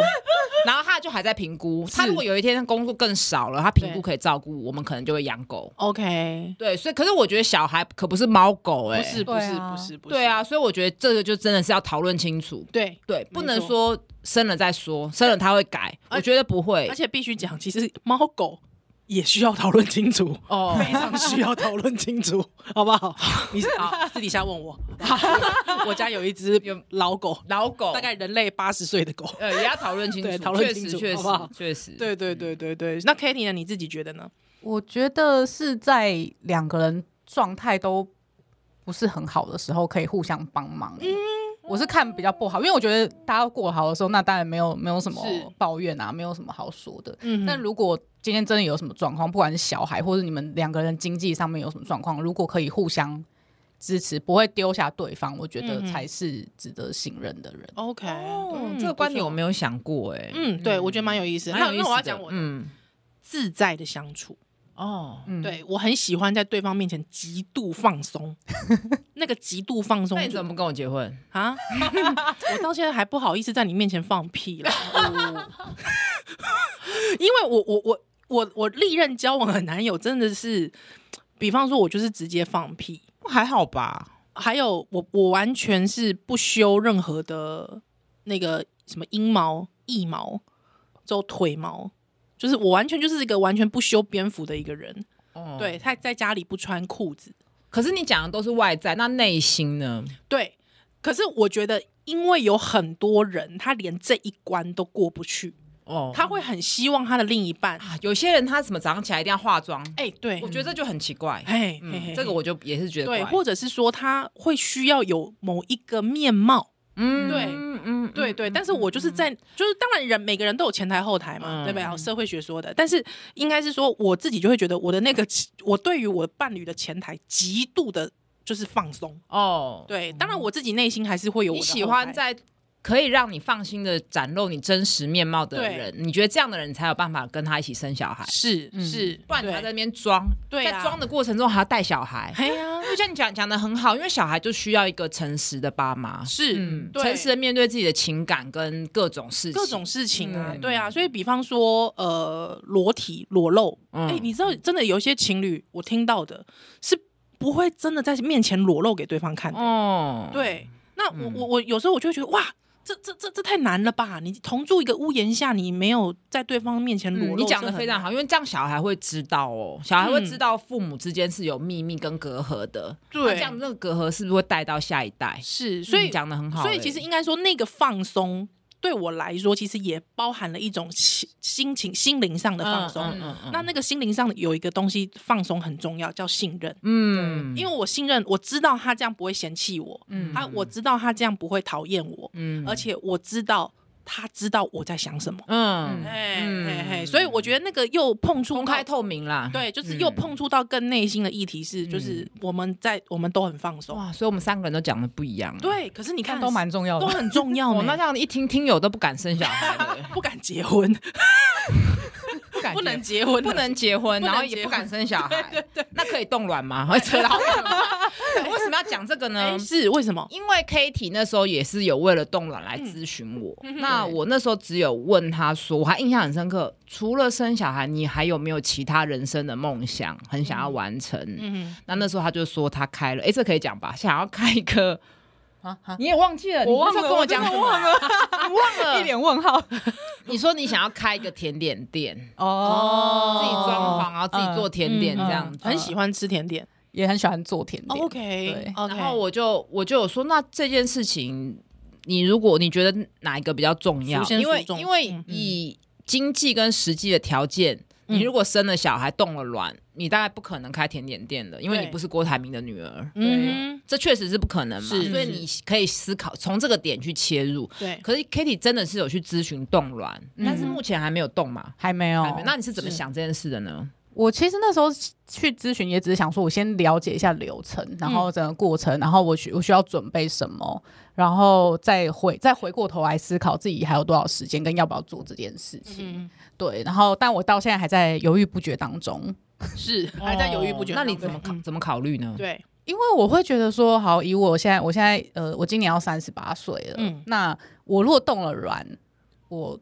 S2: 然后他就还在评估，他如果有一天工作更少了，他评估
S1: 对
S2: 可以照顾我们，可能就会养狗。
S1: OK，
S2: 对，所以可是我觉得小孩可不是猫狗、欸，
S1: 不是不
S3: 对
S1: 是
S3: 啊
S1: 不是不是，
S2: 对啊，所以我觉得这个就真的是要讨论清楚，
S1: 对，
S2: 对，不能
S1: 没
S2: 说生了再说，生了他会改，
S1: 而
S2: 我觉得不会
S1: 而。且必须讲，其实猫狗也需要讨论清楚。
S2: 哦，
S1: 非常需要讨论清楚，好不 好？你好，私底下问我。 我家有一只老狗，
S2: 老狗
S1: 大概人类八十岁的狗。
S2: 呃也要讨论清
S1: 对
S2: 楚，
S1: 讨论
S2: 确
S1: 清
S2: 实
S1: 楚
S2: 确
S1: 好
S2: 实
S1: 不好
S2: 确实，
S1: 对对对对对，嗯那 Kitty 呢？你自己觉得呢？
S3: 我觉得是在两个人状态都不是很好的时候，可以互相帮忙。我是看比较不好，因为我觉得大家过得好的时候，那当然没有没有什么
S1: 是
S3: 抱怨啊，没有什么好说的。
S1: 嗯
S3: 但如果今天真的有什么状况，不管是小孩或者你们两个人经济上面有什么状况，如果可以互相支持，不会丢下对方，我觉得
S1: 嗯哼
S3: 才是值得信任的人。
S1: OK，
S2: 哦
S1: 嗯，
S2: 这个观点我
S1: 不错
S2: 没有想过哎。
S1: 嗯，对我觉得蛮有意思。
S2: 蛮
S1: 那
S2: 有意思
S1: 那
S2: 的
S1: 我要讲我的
S2: 嗯
S1: 自在的相处，
S2: 哦，
S3: 嗯，
S1: 对我很喜欢在对方面前极度放松， 那个极度放松
S2: 那你
S1: 就
S2: 怎么不跟我结婚？
S1: 啊！ 我到现在还 不好意思在你面前放屁了，因为我我我我我历任交往的男友真的是，比方说我就是直接放屁，
S2: 还好吧？
S1: 还有我我完全是不修任何的那个什么阴毛、腋毛，之后腿毛，就是我完全就是一个完全不修边幅的一个人。
S2: 哦，
S1: 对，他在家里不穿裤子，
S2: 可是你讲的都是外在，那内心呢？
S1: 对。可是我觉得，因为有很多人他连这一关都过不去，
S2: 哦，
S1: 他会很希望他的另一半，
S2: 啊有些人他怎么早上起来一定要化妆？
S1: 哎、对，
S2: 我觉得这就很奇怪。
S1: 哎、嘿嘿
S2: 嗯，这个我就也是觉得
S1: 对，
S2: 怪，
S1: 或者是说他会需要有某一个面貌。
S2: 嗯
S1: 对
S2: 嗯嗯
S1: 对对，但是我就是在，就是当然人每个人都有前台后台嘛，对不对？有社会学说的，但是应该是说我自己就会觉得我的那个，我对于我伴侣的前台极度的就是放松。
S2: 哦，
S1: 对，当然我自己内心还是会有我
S2: 你
S1: 的
S2: 喜
S1: 后台
S2: 欢在可以让你放心的展露你真实面貌的
S1: 对
S2: 人，你觉得这样的人你才有办法跟他一起生小孩，
S1: 是
S3: 嗯
S1: 是，
S2: 不然你
S1: 对
S2: 还在那边装，
S1: 对啊
S2: 在装的过程中还要带小孩。
S1: 哎呀，
S2: 就像你讲讲的很好，因为小孩就需要一个诚实的爸妈，
S1: 是
S2: 嗯，
S1: 对
S2: 诚实的面对自己的情感跟各种事情，
S1: 各种事情啊，
S2: 嗯
S1: 对啊，所以比方说，呃，裸体裸露，哎、
S2: 嗯
S1: 你知道，真的有一些情侣，我听到的是不会真的在面前裸露给对方看的。
S2: 哦，，
S1: 对，那我、
S2: 嗯
S1: 我我有时候我就会觉得，哇，这这这这太难了吧？你同住一个屋檐下，你没有在对方面前裸露，
S2: 嗯、你讲
S1: 的
S2: 的非常好，因为这样小孩会知道哦，小孩会知道父母之间是有秘密跟隔阂的，
S1: 嗯对
S2: 那这样这个隔阂是不是会带到下一代？
S1: 是，所以
S2: 你讲的很好欸、
S1: 所以其实应该说，那个放松对我来说，其实也包含了一种心心情、心灵上的放松。
S2: 嗯嗯嗯
S1: 那那个心灵上有一个东西放松很重要，叫信任。
S2: 嗯，
S1: 因为我信任，我知道他这样不会嫌弃我，
S3: 嗯
S1: 他我知道他这样不会讨厌我，
S2: 嗯
S1: 而且我知道他知道我在想什么。
S2: 嗯，
S1: 哎
S2: 嗯
S1: 嘿嘿，所以我觉得那个又碰触
S2: 公
S1: 到
S2: 开，透明啦，嗯
S1: 对，就是又碰触到更内心的议题是，就是我们在我们都很放松，
S2: 哇，所以我们三个人都讲的不一样。，啊
S1: 对。可是你看
S3: 但都蛮重要
S1: 都
S3: 的。
S1: 很重 要
S2: 哦，
S1: 呢，，
S2: 那这样一听听友都不敢生小孩了
S1: 不敢结婚，
S2: 不敢
S1: 不 能结婚，
S2: 不。能结婚，
S1: 不能
S2: 然后
S1: 结
S2: 也
S1: 婚
S2: 不敢生小孩，对对那可以冻卵吗？会扯到远吗对 为什么要讲这个呢
S1: 哎，？是为什么？
S2: 因为 Kitty 那时候也是有为了冻卵来咨询我，那我那时候只有问他说，我还印象很深刻，除了生小孩，你还有没有其他人生的梦想很想要完成？
S1: 嗯，
S2: 那那时候他就说他开了，哎、这可以讲吧？想要开一个，
S3: 啊啊
S2: 你也忘记了，
S3: 我忘
S2: 你那时
S3: 了，
S2: 候跟
S3: 我
S2: 讲
S3: 真
S2: 什
S3: 的
S2: 么
S3: 忘，
S2: 你
S3: 了，
S2: 忘
S3: 一
S2: 了。
S3: 脸问号。
S2: 你说你想要开一个甜点店，
S3: 哦，
S2: 自己装潢，然啊后自己做甜点这样子。
S1: 嗯很喜欢吃甜点。
S3: 也很喜欢做甜
S2: 哦
S3: 点。
S1: OK，
S3: 对
S1: 然
S2: 然后我就我就有说，那这件事情，你如果你觉得哪一个比较重要
S1: 孰，先
S2: 因为
S1: 孰重
S2: 因为
S1: 嗯
S2: 以经济跟实际的条件，
S1: 嗯
S2: 你如果生了小孩冻了卵，你大概不可能开甜点店的，因为
S1: 对
S2: 你不是郭台铭的女儿，
S1: 嗯
S2: 这确实是不可能嘛。
S1: 是
S2: 所以你可以思考从这个点去切入。
S1: 哼，对，
S2: 可是 Kitty 真的是有去咨询冻卵，
S3: 嗯
S2: 但是目前还没有冻嘛。
S3: 还没有
S2: 还没。那你是怎么
S1: 是
S2: 想这件事的呢？
S3: 我其实那时候去咨询，也只是想说，我先了解一下流程，然后
S2: 嗯
S3: 整个过程，然后我需我需要准备什么，然后再回再回过头来思考自己还有多少时间，跟要不要做这件事情。
S1: 嗯，
S3: 对，然后但我到现在还在犹豫不决当中，
S1: 是还在犹豫不决。嗯
S2: 哦那你怎么考
S1: 看？
S2: 怎么考虑呢？
S1: 对，
S3: 因为我会觉得说，好，以我现在，我现在呃，我今年要三十八岁了，
S1: 嗯
S3: 那我如果动了卵，我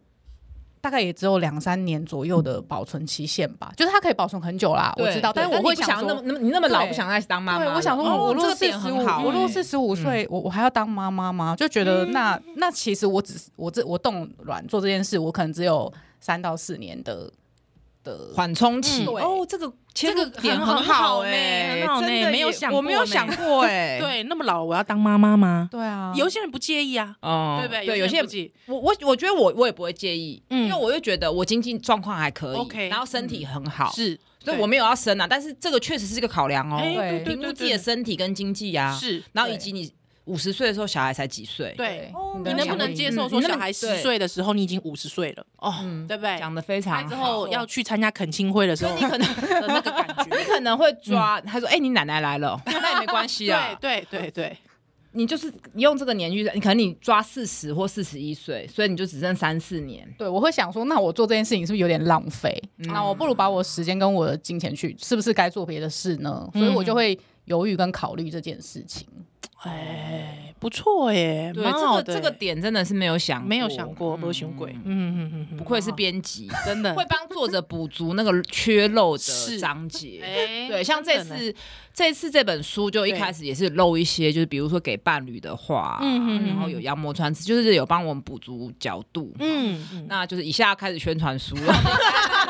S3: 大概也只有两三年左右的保存期限吧，就是它可以保存很久啦，我
S2: 嗯对
S3: 知道，
S2: 对
S3: 但我会
S2: 你不想
S3: 说
S2: 那么那么你那么老
S3: 对
S2: 不想再当妈妈
S3: 对，
S2: 了。
S3: 我想说，
S2: 哦
S3: 我
S2: 这
S3: 如果
S2: 个
S3: 四
S2: 点
S3: 十
S2: 很
S3: 五，
S2: 好
S3: 我如果
S2: 欸
S3: 四十五岁，我我还要当妈妈吗？就觉
S2: 嗯
S3: 得那那其实我只是我这我冻卵做这件事，我可能只有三到四年的的
S2: 缓冲期
S1: 嗯
S3: 对
S2: 哦，这个切
S1: 这个
S2: 入点
S1: 很
S2: 很
S1: 很
S2: 好
S1: 好呢
S2: 哎，
S1: 很好呢
S2: 真的
S1: 没有
S2: 耶
S1: 想
S2: 我
S1: 过
S2: 没有
S1: 呢
S2: 想过哎，，
S1: 对，那么老我要当妈妈吗？
S3: 对啊，
S1: 有些人不介意啊，
S2: 哦
S1: 对不对？
S2: 对，有
S1: 有
S2: 些
S1: 人不介意
S2: 我我我觉得我我也不会介意，
S1: 嗯
S2: 因为我就觉得我经济状况还可以
S1: OK，
S2: 然后身体很好，
S1: 是，
S2: 所以
S1: 对
S2: 我没有要生啊，但是这个确实是一个考量哦，
S1: 哎
S3: 对
S1: 对
S2: 评估
S1: 对
S2: 自己的
S1: 对
S2: 身体跟经济啊，
S1: 是，
S2: 然后以
S3: 对
S2: 及你五十岁的时候小孩才几岁，
S1: 对。
S2: 哦
S1: 你
S3: 你
S1: 能不
S3: 想
S1: 能
S3: 不
S1: 接
S2: 嗯
S1: 受
S2: 你
S1: 说
S2: 那
S1: 小
S2: 么
S1: 孩十
S2: 对
S1: 岁的时候你已经五十岁了，
S2: 哦，
S1: 对不对？
S2: 讲的非
S1: 他
S2: 常
S1: 之
S2: 好
S1: 后。要去参加恳亲会的时候，你可能 的那个感觉，
S2: 你可能会抓，他说：“哎，你奶奶来了，那也没关系啊
S1: 嗯对。”对对对，
S2: 你就是你用这个年纪，你可能你抓四十或四十一岁，所以你就只剩三四年。
S3: 对，我会想说，那我做这件事情是不是有点浪费？
S1: 嗯
S3: 那我不如把我时间跟我的金钱去，是不是该
S1: 嗯
S3: 做别的事呢？所以我就会犹豫跟考虑这件事情。
S1: 哎，不错耶，
S2: 对，
S1: 蛮好的
S2: 这个这个点真的是没有想过，
S1: 没有想过，
S2: 嗯
S1: 没有想过，嗯
S2: 嗯
S1: 嗯嗯嗯，
S2: 不愧是编 辑，
S1: 真的
S2: 会帮作者补足那个缺漏
S1: 是
S2: 的章节。
S1: 哎
S2: 对，像这
S1: 真的呢
S2: 次，这次这本书就一
S1: 对
S2: 开始也是漏一些，就是比如说给伴侣的话，
S1: 嗯嗯嗯
S2: 然后有妖魔川词，就是有帮我们补足角度。嗯，
S1: 嗯嗯，
S2: 那就是以下开始宣传书了。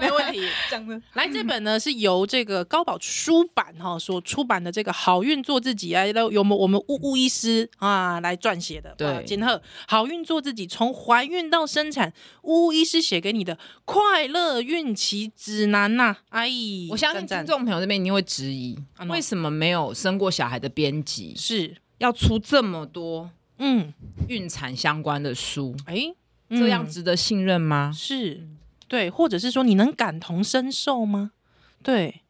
S1: 没问题。
S3: 讲的
S1: 来， 这本呢是由这个高宝出版哈、所出版的这个《好运做自己》啊，由我们我们巫巫医师啊来撰写的。
S2: 对
S1: 啊金鹤《好运做自己》从怀孕到生产，巫巫医师写给你的快乐孕期指南呐、哎，
S2: 我相信
S1: 赞赞
S2: 听众朋友这边一定会质疑
S1: 啊，喏
S2: 为什么没有生过小孩的编辑
S1: 是，
S2: 要出这么多
S1: 嗯，
S2: 孕产相关的书？
S1: 哎，
S2: 这样
S1: 子。
S2: 值得信任吗？
S1: 是对，或者是说你能感同身受吗？对，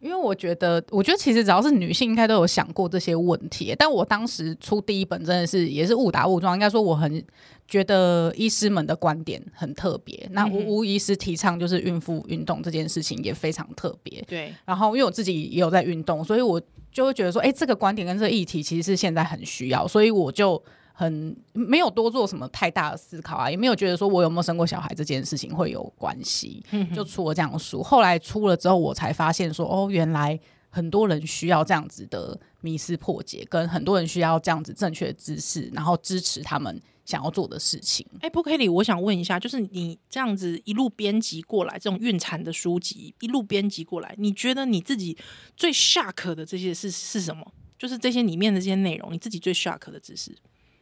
S3: 因为我觉得，我觉得其实只要是女性，应该都有想过这些问题。但我当时出第一本真的是也是误打误撞，应该说我很觉得医师们的观点很特别。那
S1: 嗯哼
S3: 吴吴医师提倡就是孕妇运动这件事情也非常特别。
S1: 对，
S3: 然后因为我自己也有在运动，所以我就会觉得说，哎、这个观点跟这个议题其实是现在很需要，所以我就很没有多做什么太大的思考啊，也没有觉得说我有没有生过小孩这件事情会有关系，就出了这样的书。后来出了之后，我才发现说，哦，原来。很多人需要这样子的迷思破解，跟很多人需要这样子正确的知识，然后支持他们想要做的事情。
S1: 哎，不可以，我想问一下，就是你这样子一路编辑过来，这种孕产的书籍一路编辑过来，你觉得你自己最 shock 的这些是是什么？就是这些里面的这些内容，你自己最 shock 的知识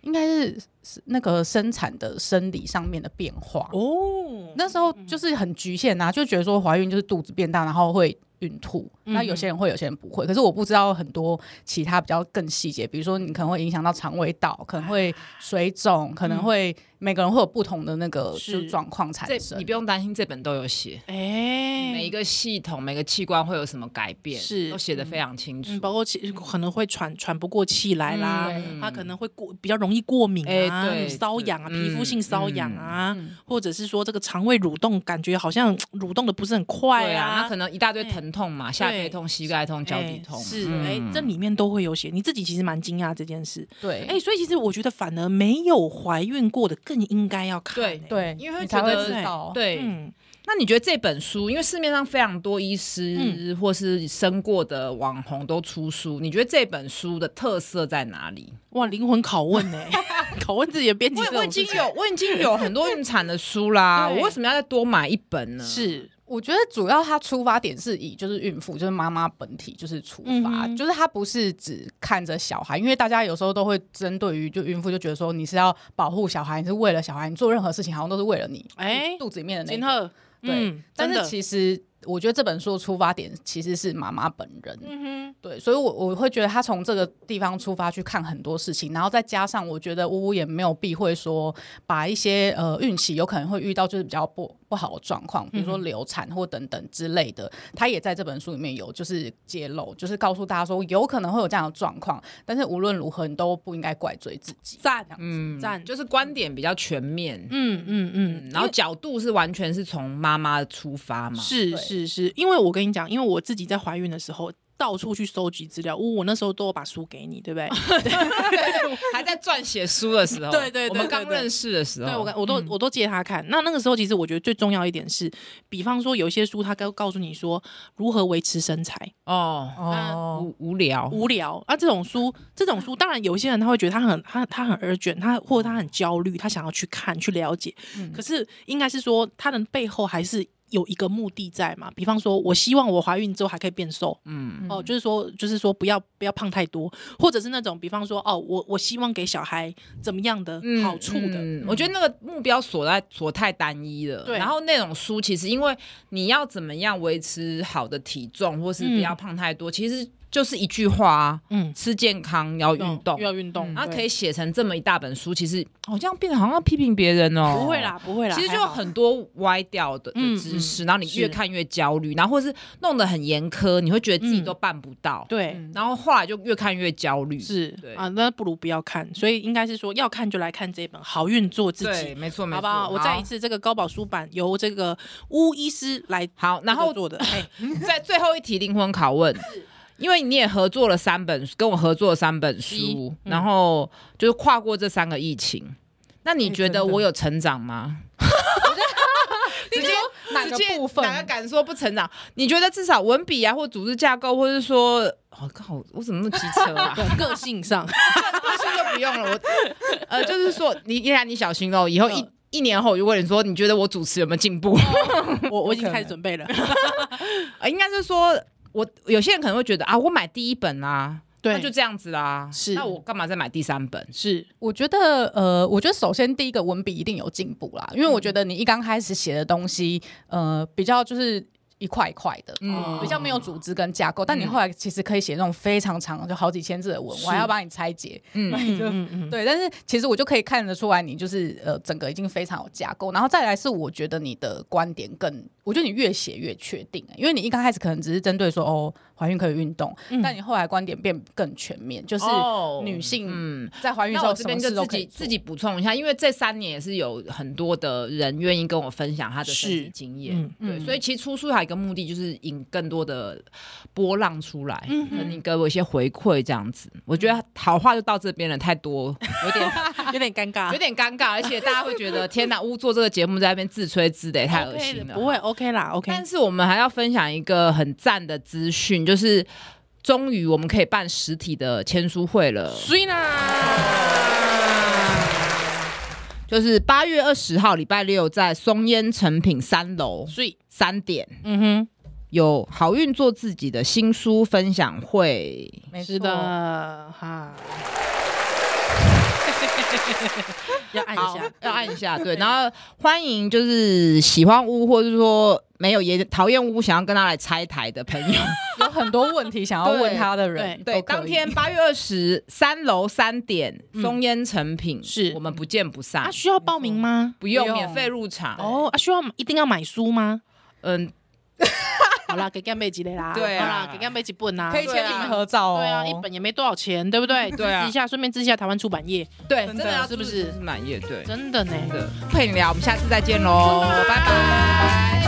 S3: 应该是是那个生产的生理上面的变化
S1: 哦
S3: 那时候
S2: 嗯
S3: 就是很局限呐、就觉得说怀孕就是肚子变大，然后会孕吐。
S2: 嗯
S3: 那有些人会，有些人不会。可是我不知道很多其他比较更细节，比如说你可能会影响到肠胃道，可能会水肿，可能会每个人会有不同的那个
S1: 是
S3: 就是状况产
S2: 嗯这
S3: 生。
S2: 你不用担心，这本都有写。
S1: 哎，
S2: 每一个系统、每个器官会有什么改变，
S1: 是
S2: 都写的非常清楚
S1: 嗯，。包括气可能会喘喘不过气来啦，
S3: 嗯
S1: 他可能会过比较容易过敏啊，
S2: 哎对
S1: 瘙痒啊，
S2: 对
S1: 皮肤性瘙痒啊，
S3: 嗯嗯
S1: 或者是说这个肠胃蠕动感觉好像蠕动的不是很快
S2: 对啊，那可
S1: 能
S2: 能一大堆疼痛嘛，下背痛、膝盖痛、脚底痛，
S1: 是
S2: 嗯
S1: 哎、这里面都会有写，你自己其实蛮惊讶这件事，
S3: 对，
S1: 哎、所以其实我觉得反而没有怀孕过的更应该要看、
S2: 对
S1: 哎，
S3: 对，
S2: 因为会
S3: 你才
S2: 觉
S3: 会
S2: 得
S3: 知道。
S2: 对。
S1: 嗯，
S2: 那你觉得这本书，因为市面上非常多医师或是生过的网红都出书，你觉得这本书的特色在哪里？
S1: 哇，灵魂拷问呢、哎拷问自己的编辑
S2: 我
S1: 这
S2: 我已
S1: 种事
S2: 经
S1: 情，
S2: 有我已经有很多孕产的书啦，
S1: 对
S2: 我为什么要再多买一本呢？
S1: 是
S3: 我觉得主要它出发点是以就是孕妇就是妈妈本体就是出发，
S1: 嗯哼
S3: 就是它不是只看着小孩，因为大家有时候都会针对于就孕妇就觉得说你是要保护小孩，你是为了小孩，你做任何事情好像都是为了你
S1: 哎
S3: 肚子里面的
S1: 金
S3: 那个。
S1: 鹤，
S3: 对
S1: 嗯
S3: 但
S1: 真
S3: 是
S1: 的
S3: 其实我觉得这本书的出发点其实是妈妈本人，
S1: 嗯
S3: 对，所以我我会觉得他从这个地方出发去看很多事情，然后再加上我觉得呜呜也没有避讳说把一些呃孕期有可能会遇到就是比较不不好的状
S1: 嗯
S3: 况，比如说流产或等等之类的，他也在这本书里面有就是揭露，就是告诉大家说有可能会有这样的状况，但是无论如何你都不应该怪罪自己。
S1: 赞
S3: 这样
S2: 嗯
S1: 赞
S2: 就是观点比较全面，
S1: 嗯嗯嗯
S2: 嗯，然后角度是完全是从妈妈出发嘛，
S1: 是
S3: 对
S1: 是是，因为我跟你讲，因为我自己在怀孕的时候。到处去收集资料，我我那时候都有把书给你，对不对？
S2: 还在撰写书的时候，
S1: 对对对
S2: 我们刚
S1: 对对
S2: 认识的时候，
S1: 对我跟我
S2: 嗯
S1: 都我都借他看。那那个时候，其实我觉得最重要一点是，比方说有一些书，他告告诉你说如何维持身材，
S2: 哦，
S1: 哦
S3: 哦，
S2: 无无聊，
S1: 无聊啊这种书，这种书，当然有一些人他会觉得他很他他很 urgent，他或者他很焦虑，他想要去看去了解，
S2: 嗯
S1: 可是应该是说他的背后还是有一个目的在嘛。比方说，我希望我怀孕之后还可以变瘦，
S2: 嗯，
S1: 哦，就是说，就是说，不要不要胖太多，或者是那种，比方说，哦，我我希望给小孩怎么样的
S2: 嗯
S1: 好处的，
S2: 嗯我觉得那个目标所在所太单一了。
S1: 对
S2: 然后那种书其实因为你要怎么样维持好的体重，或是不要胖太多，其实就是一句话啊，
S1: 嗯，
S2: 吃健康要运动
S1: 又。要运动，
S2: 然后
S1: 对
S2: 嗯啊可以写成这么一大本书，其实好像变得好像要批评别人哦。
S1: 不会啦，不会啦，
S2: 其实
S1: 还
S2: 就
S1: 好
S2: 很多歪掉的
S1: 嗯
S2: 的知识，然后你
S1: 是
S2: 越看越焦虑，然后或是弄得很严苛，你会觉得自己
S1: 嗯
S2: 都办不到，
S1: 对。
S3: 嗯
S2: 然后后来就越看越焦虑。
S1: 是
S2: 对
S1: 啊，那不如不要看，所以应该是说要看就来看这本《好运做自
S2: 对，
S1: 己
S2: 没错，》，没错。
S1: 好不好？我再一次，这个高宝书版由这个巫医师来
S2: 好，然
S1: 这个
S2: 后
S1: 做的，哎，
S2: 在最后一题灵魂拷问。因为你也合作了三本，跟我合作了三本书，
S1: 嗯
S2: 然后就是跨过这三个疫情。那你
S3: 哎
S2: 觉得
S3: 真的
S2: 我有成长吗？
S3: 直接 哪
S2: 直
S3: 个
S2: 接
S3: 部分？
S2: 哪个敢说不成长？你觉得至少文笔啊，或组织架构，或者说，我、哦、靠，我怎么那么机车 啊？
S1: 对个性上，
S2: 不是就不用了，我呃，就是说，你依然你小心哦，以
S3: 嗯
S2: 后一、一年后，如果你说你觉得我主持有没有进步，
S3: 哦
S1: 我我已经
S3: 有可能
S1: 开始准备了。
S2: 呃，应该是说我有些人可能会觉得啊，我买第一本啦、啊
S1: 对，
S2: 那就这样子啦，
S1: 是
S2: 那我干嘛再买第三本？
S1: 是
S3: 我觉得，呃，我觉得首先第一个文笔一定有进步啦，因为我
S2: 嗯
S3: 觉得你一刚开始写的东西，呃，比较就是一块一块的，
S2: 嗯
S3: 比较没有组织跟架构。但你后来其实可以写那种非常长，就好几千字的文，
S1: 是
S3: 我还要帮你拆解。
S2: 嗯，
S1: 嗯嗯嗯，
S3: 对，但是其实我就可以看得出来，你就是呃，整个已经非常有架构。然后再来是，我觉得你的观点更，我觉得你越写越确定、欸因为你一刚开始可能只是针对说哦，怀孕可以运动，
S1: 嗯
S3: 但你后来观点变更全面，就是
S2: 哦
S3: 女性
S2: 嗯。
S3: 在怀孕的
S2: 那
S3: 时
S2: 我
S3: 候
S2: 这
S3: 什么
S2: 边
S3: 事
S2: 就
S3: 都
S2: 自
S3: 可以
S2: 己
S3: 做
S2: 自己补充一下，因为这三年也是有很多的人愿意跟我分享他的身体
S1: 是
S2: 经验，
S1: 嗯
S2: 对，
S3: 嗯
S2: 所以其实出书还有一个目的就是引更多的波浪出来，
S1: 嗯哼
S2: 跟你给我一些回馈这样子。我觉得好话就到这边了，太多有点
S1: 有点尴尬
S2: 有，点尴尬，而且大家会觉得天哪，乌做这个节目在那边自吹自擂，太恶
S1: OK 的
S2: 心了。
S1: 不会 OK 啦，OK。
S2: 但是我们还要分享一个很赞的资讯，就是终于我们可以办实体的签书会了。
S1: 所以呢，
S2: 就是八月二十号礼拜六在松烟成品三楼
S1: 所以
S2: 三点
S1: 嗯
S2: 有好运做自己的新书分享会。
S3: 没
S1: 哼，是
S3: 错
S1: 的，哈， 要按一下，
S2: 要按一下， 对，然后欢迎就是喜欢屋或者说没有也讨厌屋，想要跟他来拆台的朋友，
S3: 有很多问题想要问他的人，
S2: 对，
S3: 都可以
S2: 当天八月二十三楼三点
S1: 嗯
S2: 松烟成品，
S1: 是
S2: 我们不见不散
S1: 啊，，需要报名吗？
S2: 不用
S3: 不用
S2: 免费入场，
S1: 哦，啊，需要一定要买书吗？
S2: 嗯，
S1: 好啦，给干贝几类啦，
S2: 对啊
S1: 好啦，给干贝几本啦，
S3: 可以签
S2: 对啊
S3: 名合照哦。
S1: 对啊，一本也没多少钱，对不对？
S2: 对啊
S1: 支持一下，顺便支持一下台湾出版业，
S2: 对，真
S3: 真的
S2: 的要
S1: 是不
S2: 支持
S1: 是
S2: 满意，对，
S1: 真的呢。
S2: 真的，配你聊，我们下次再见喽，拜拜。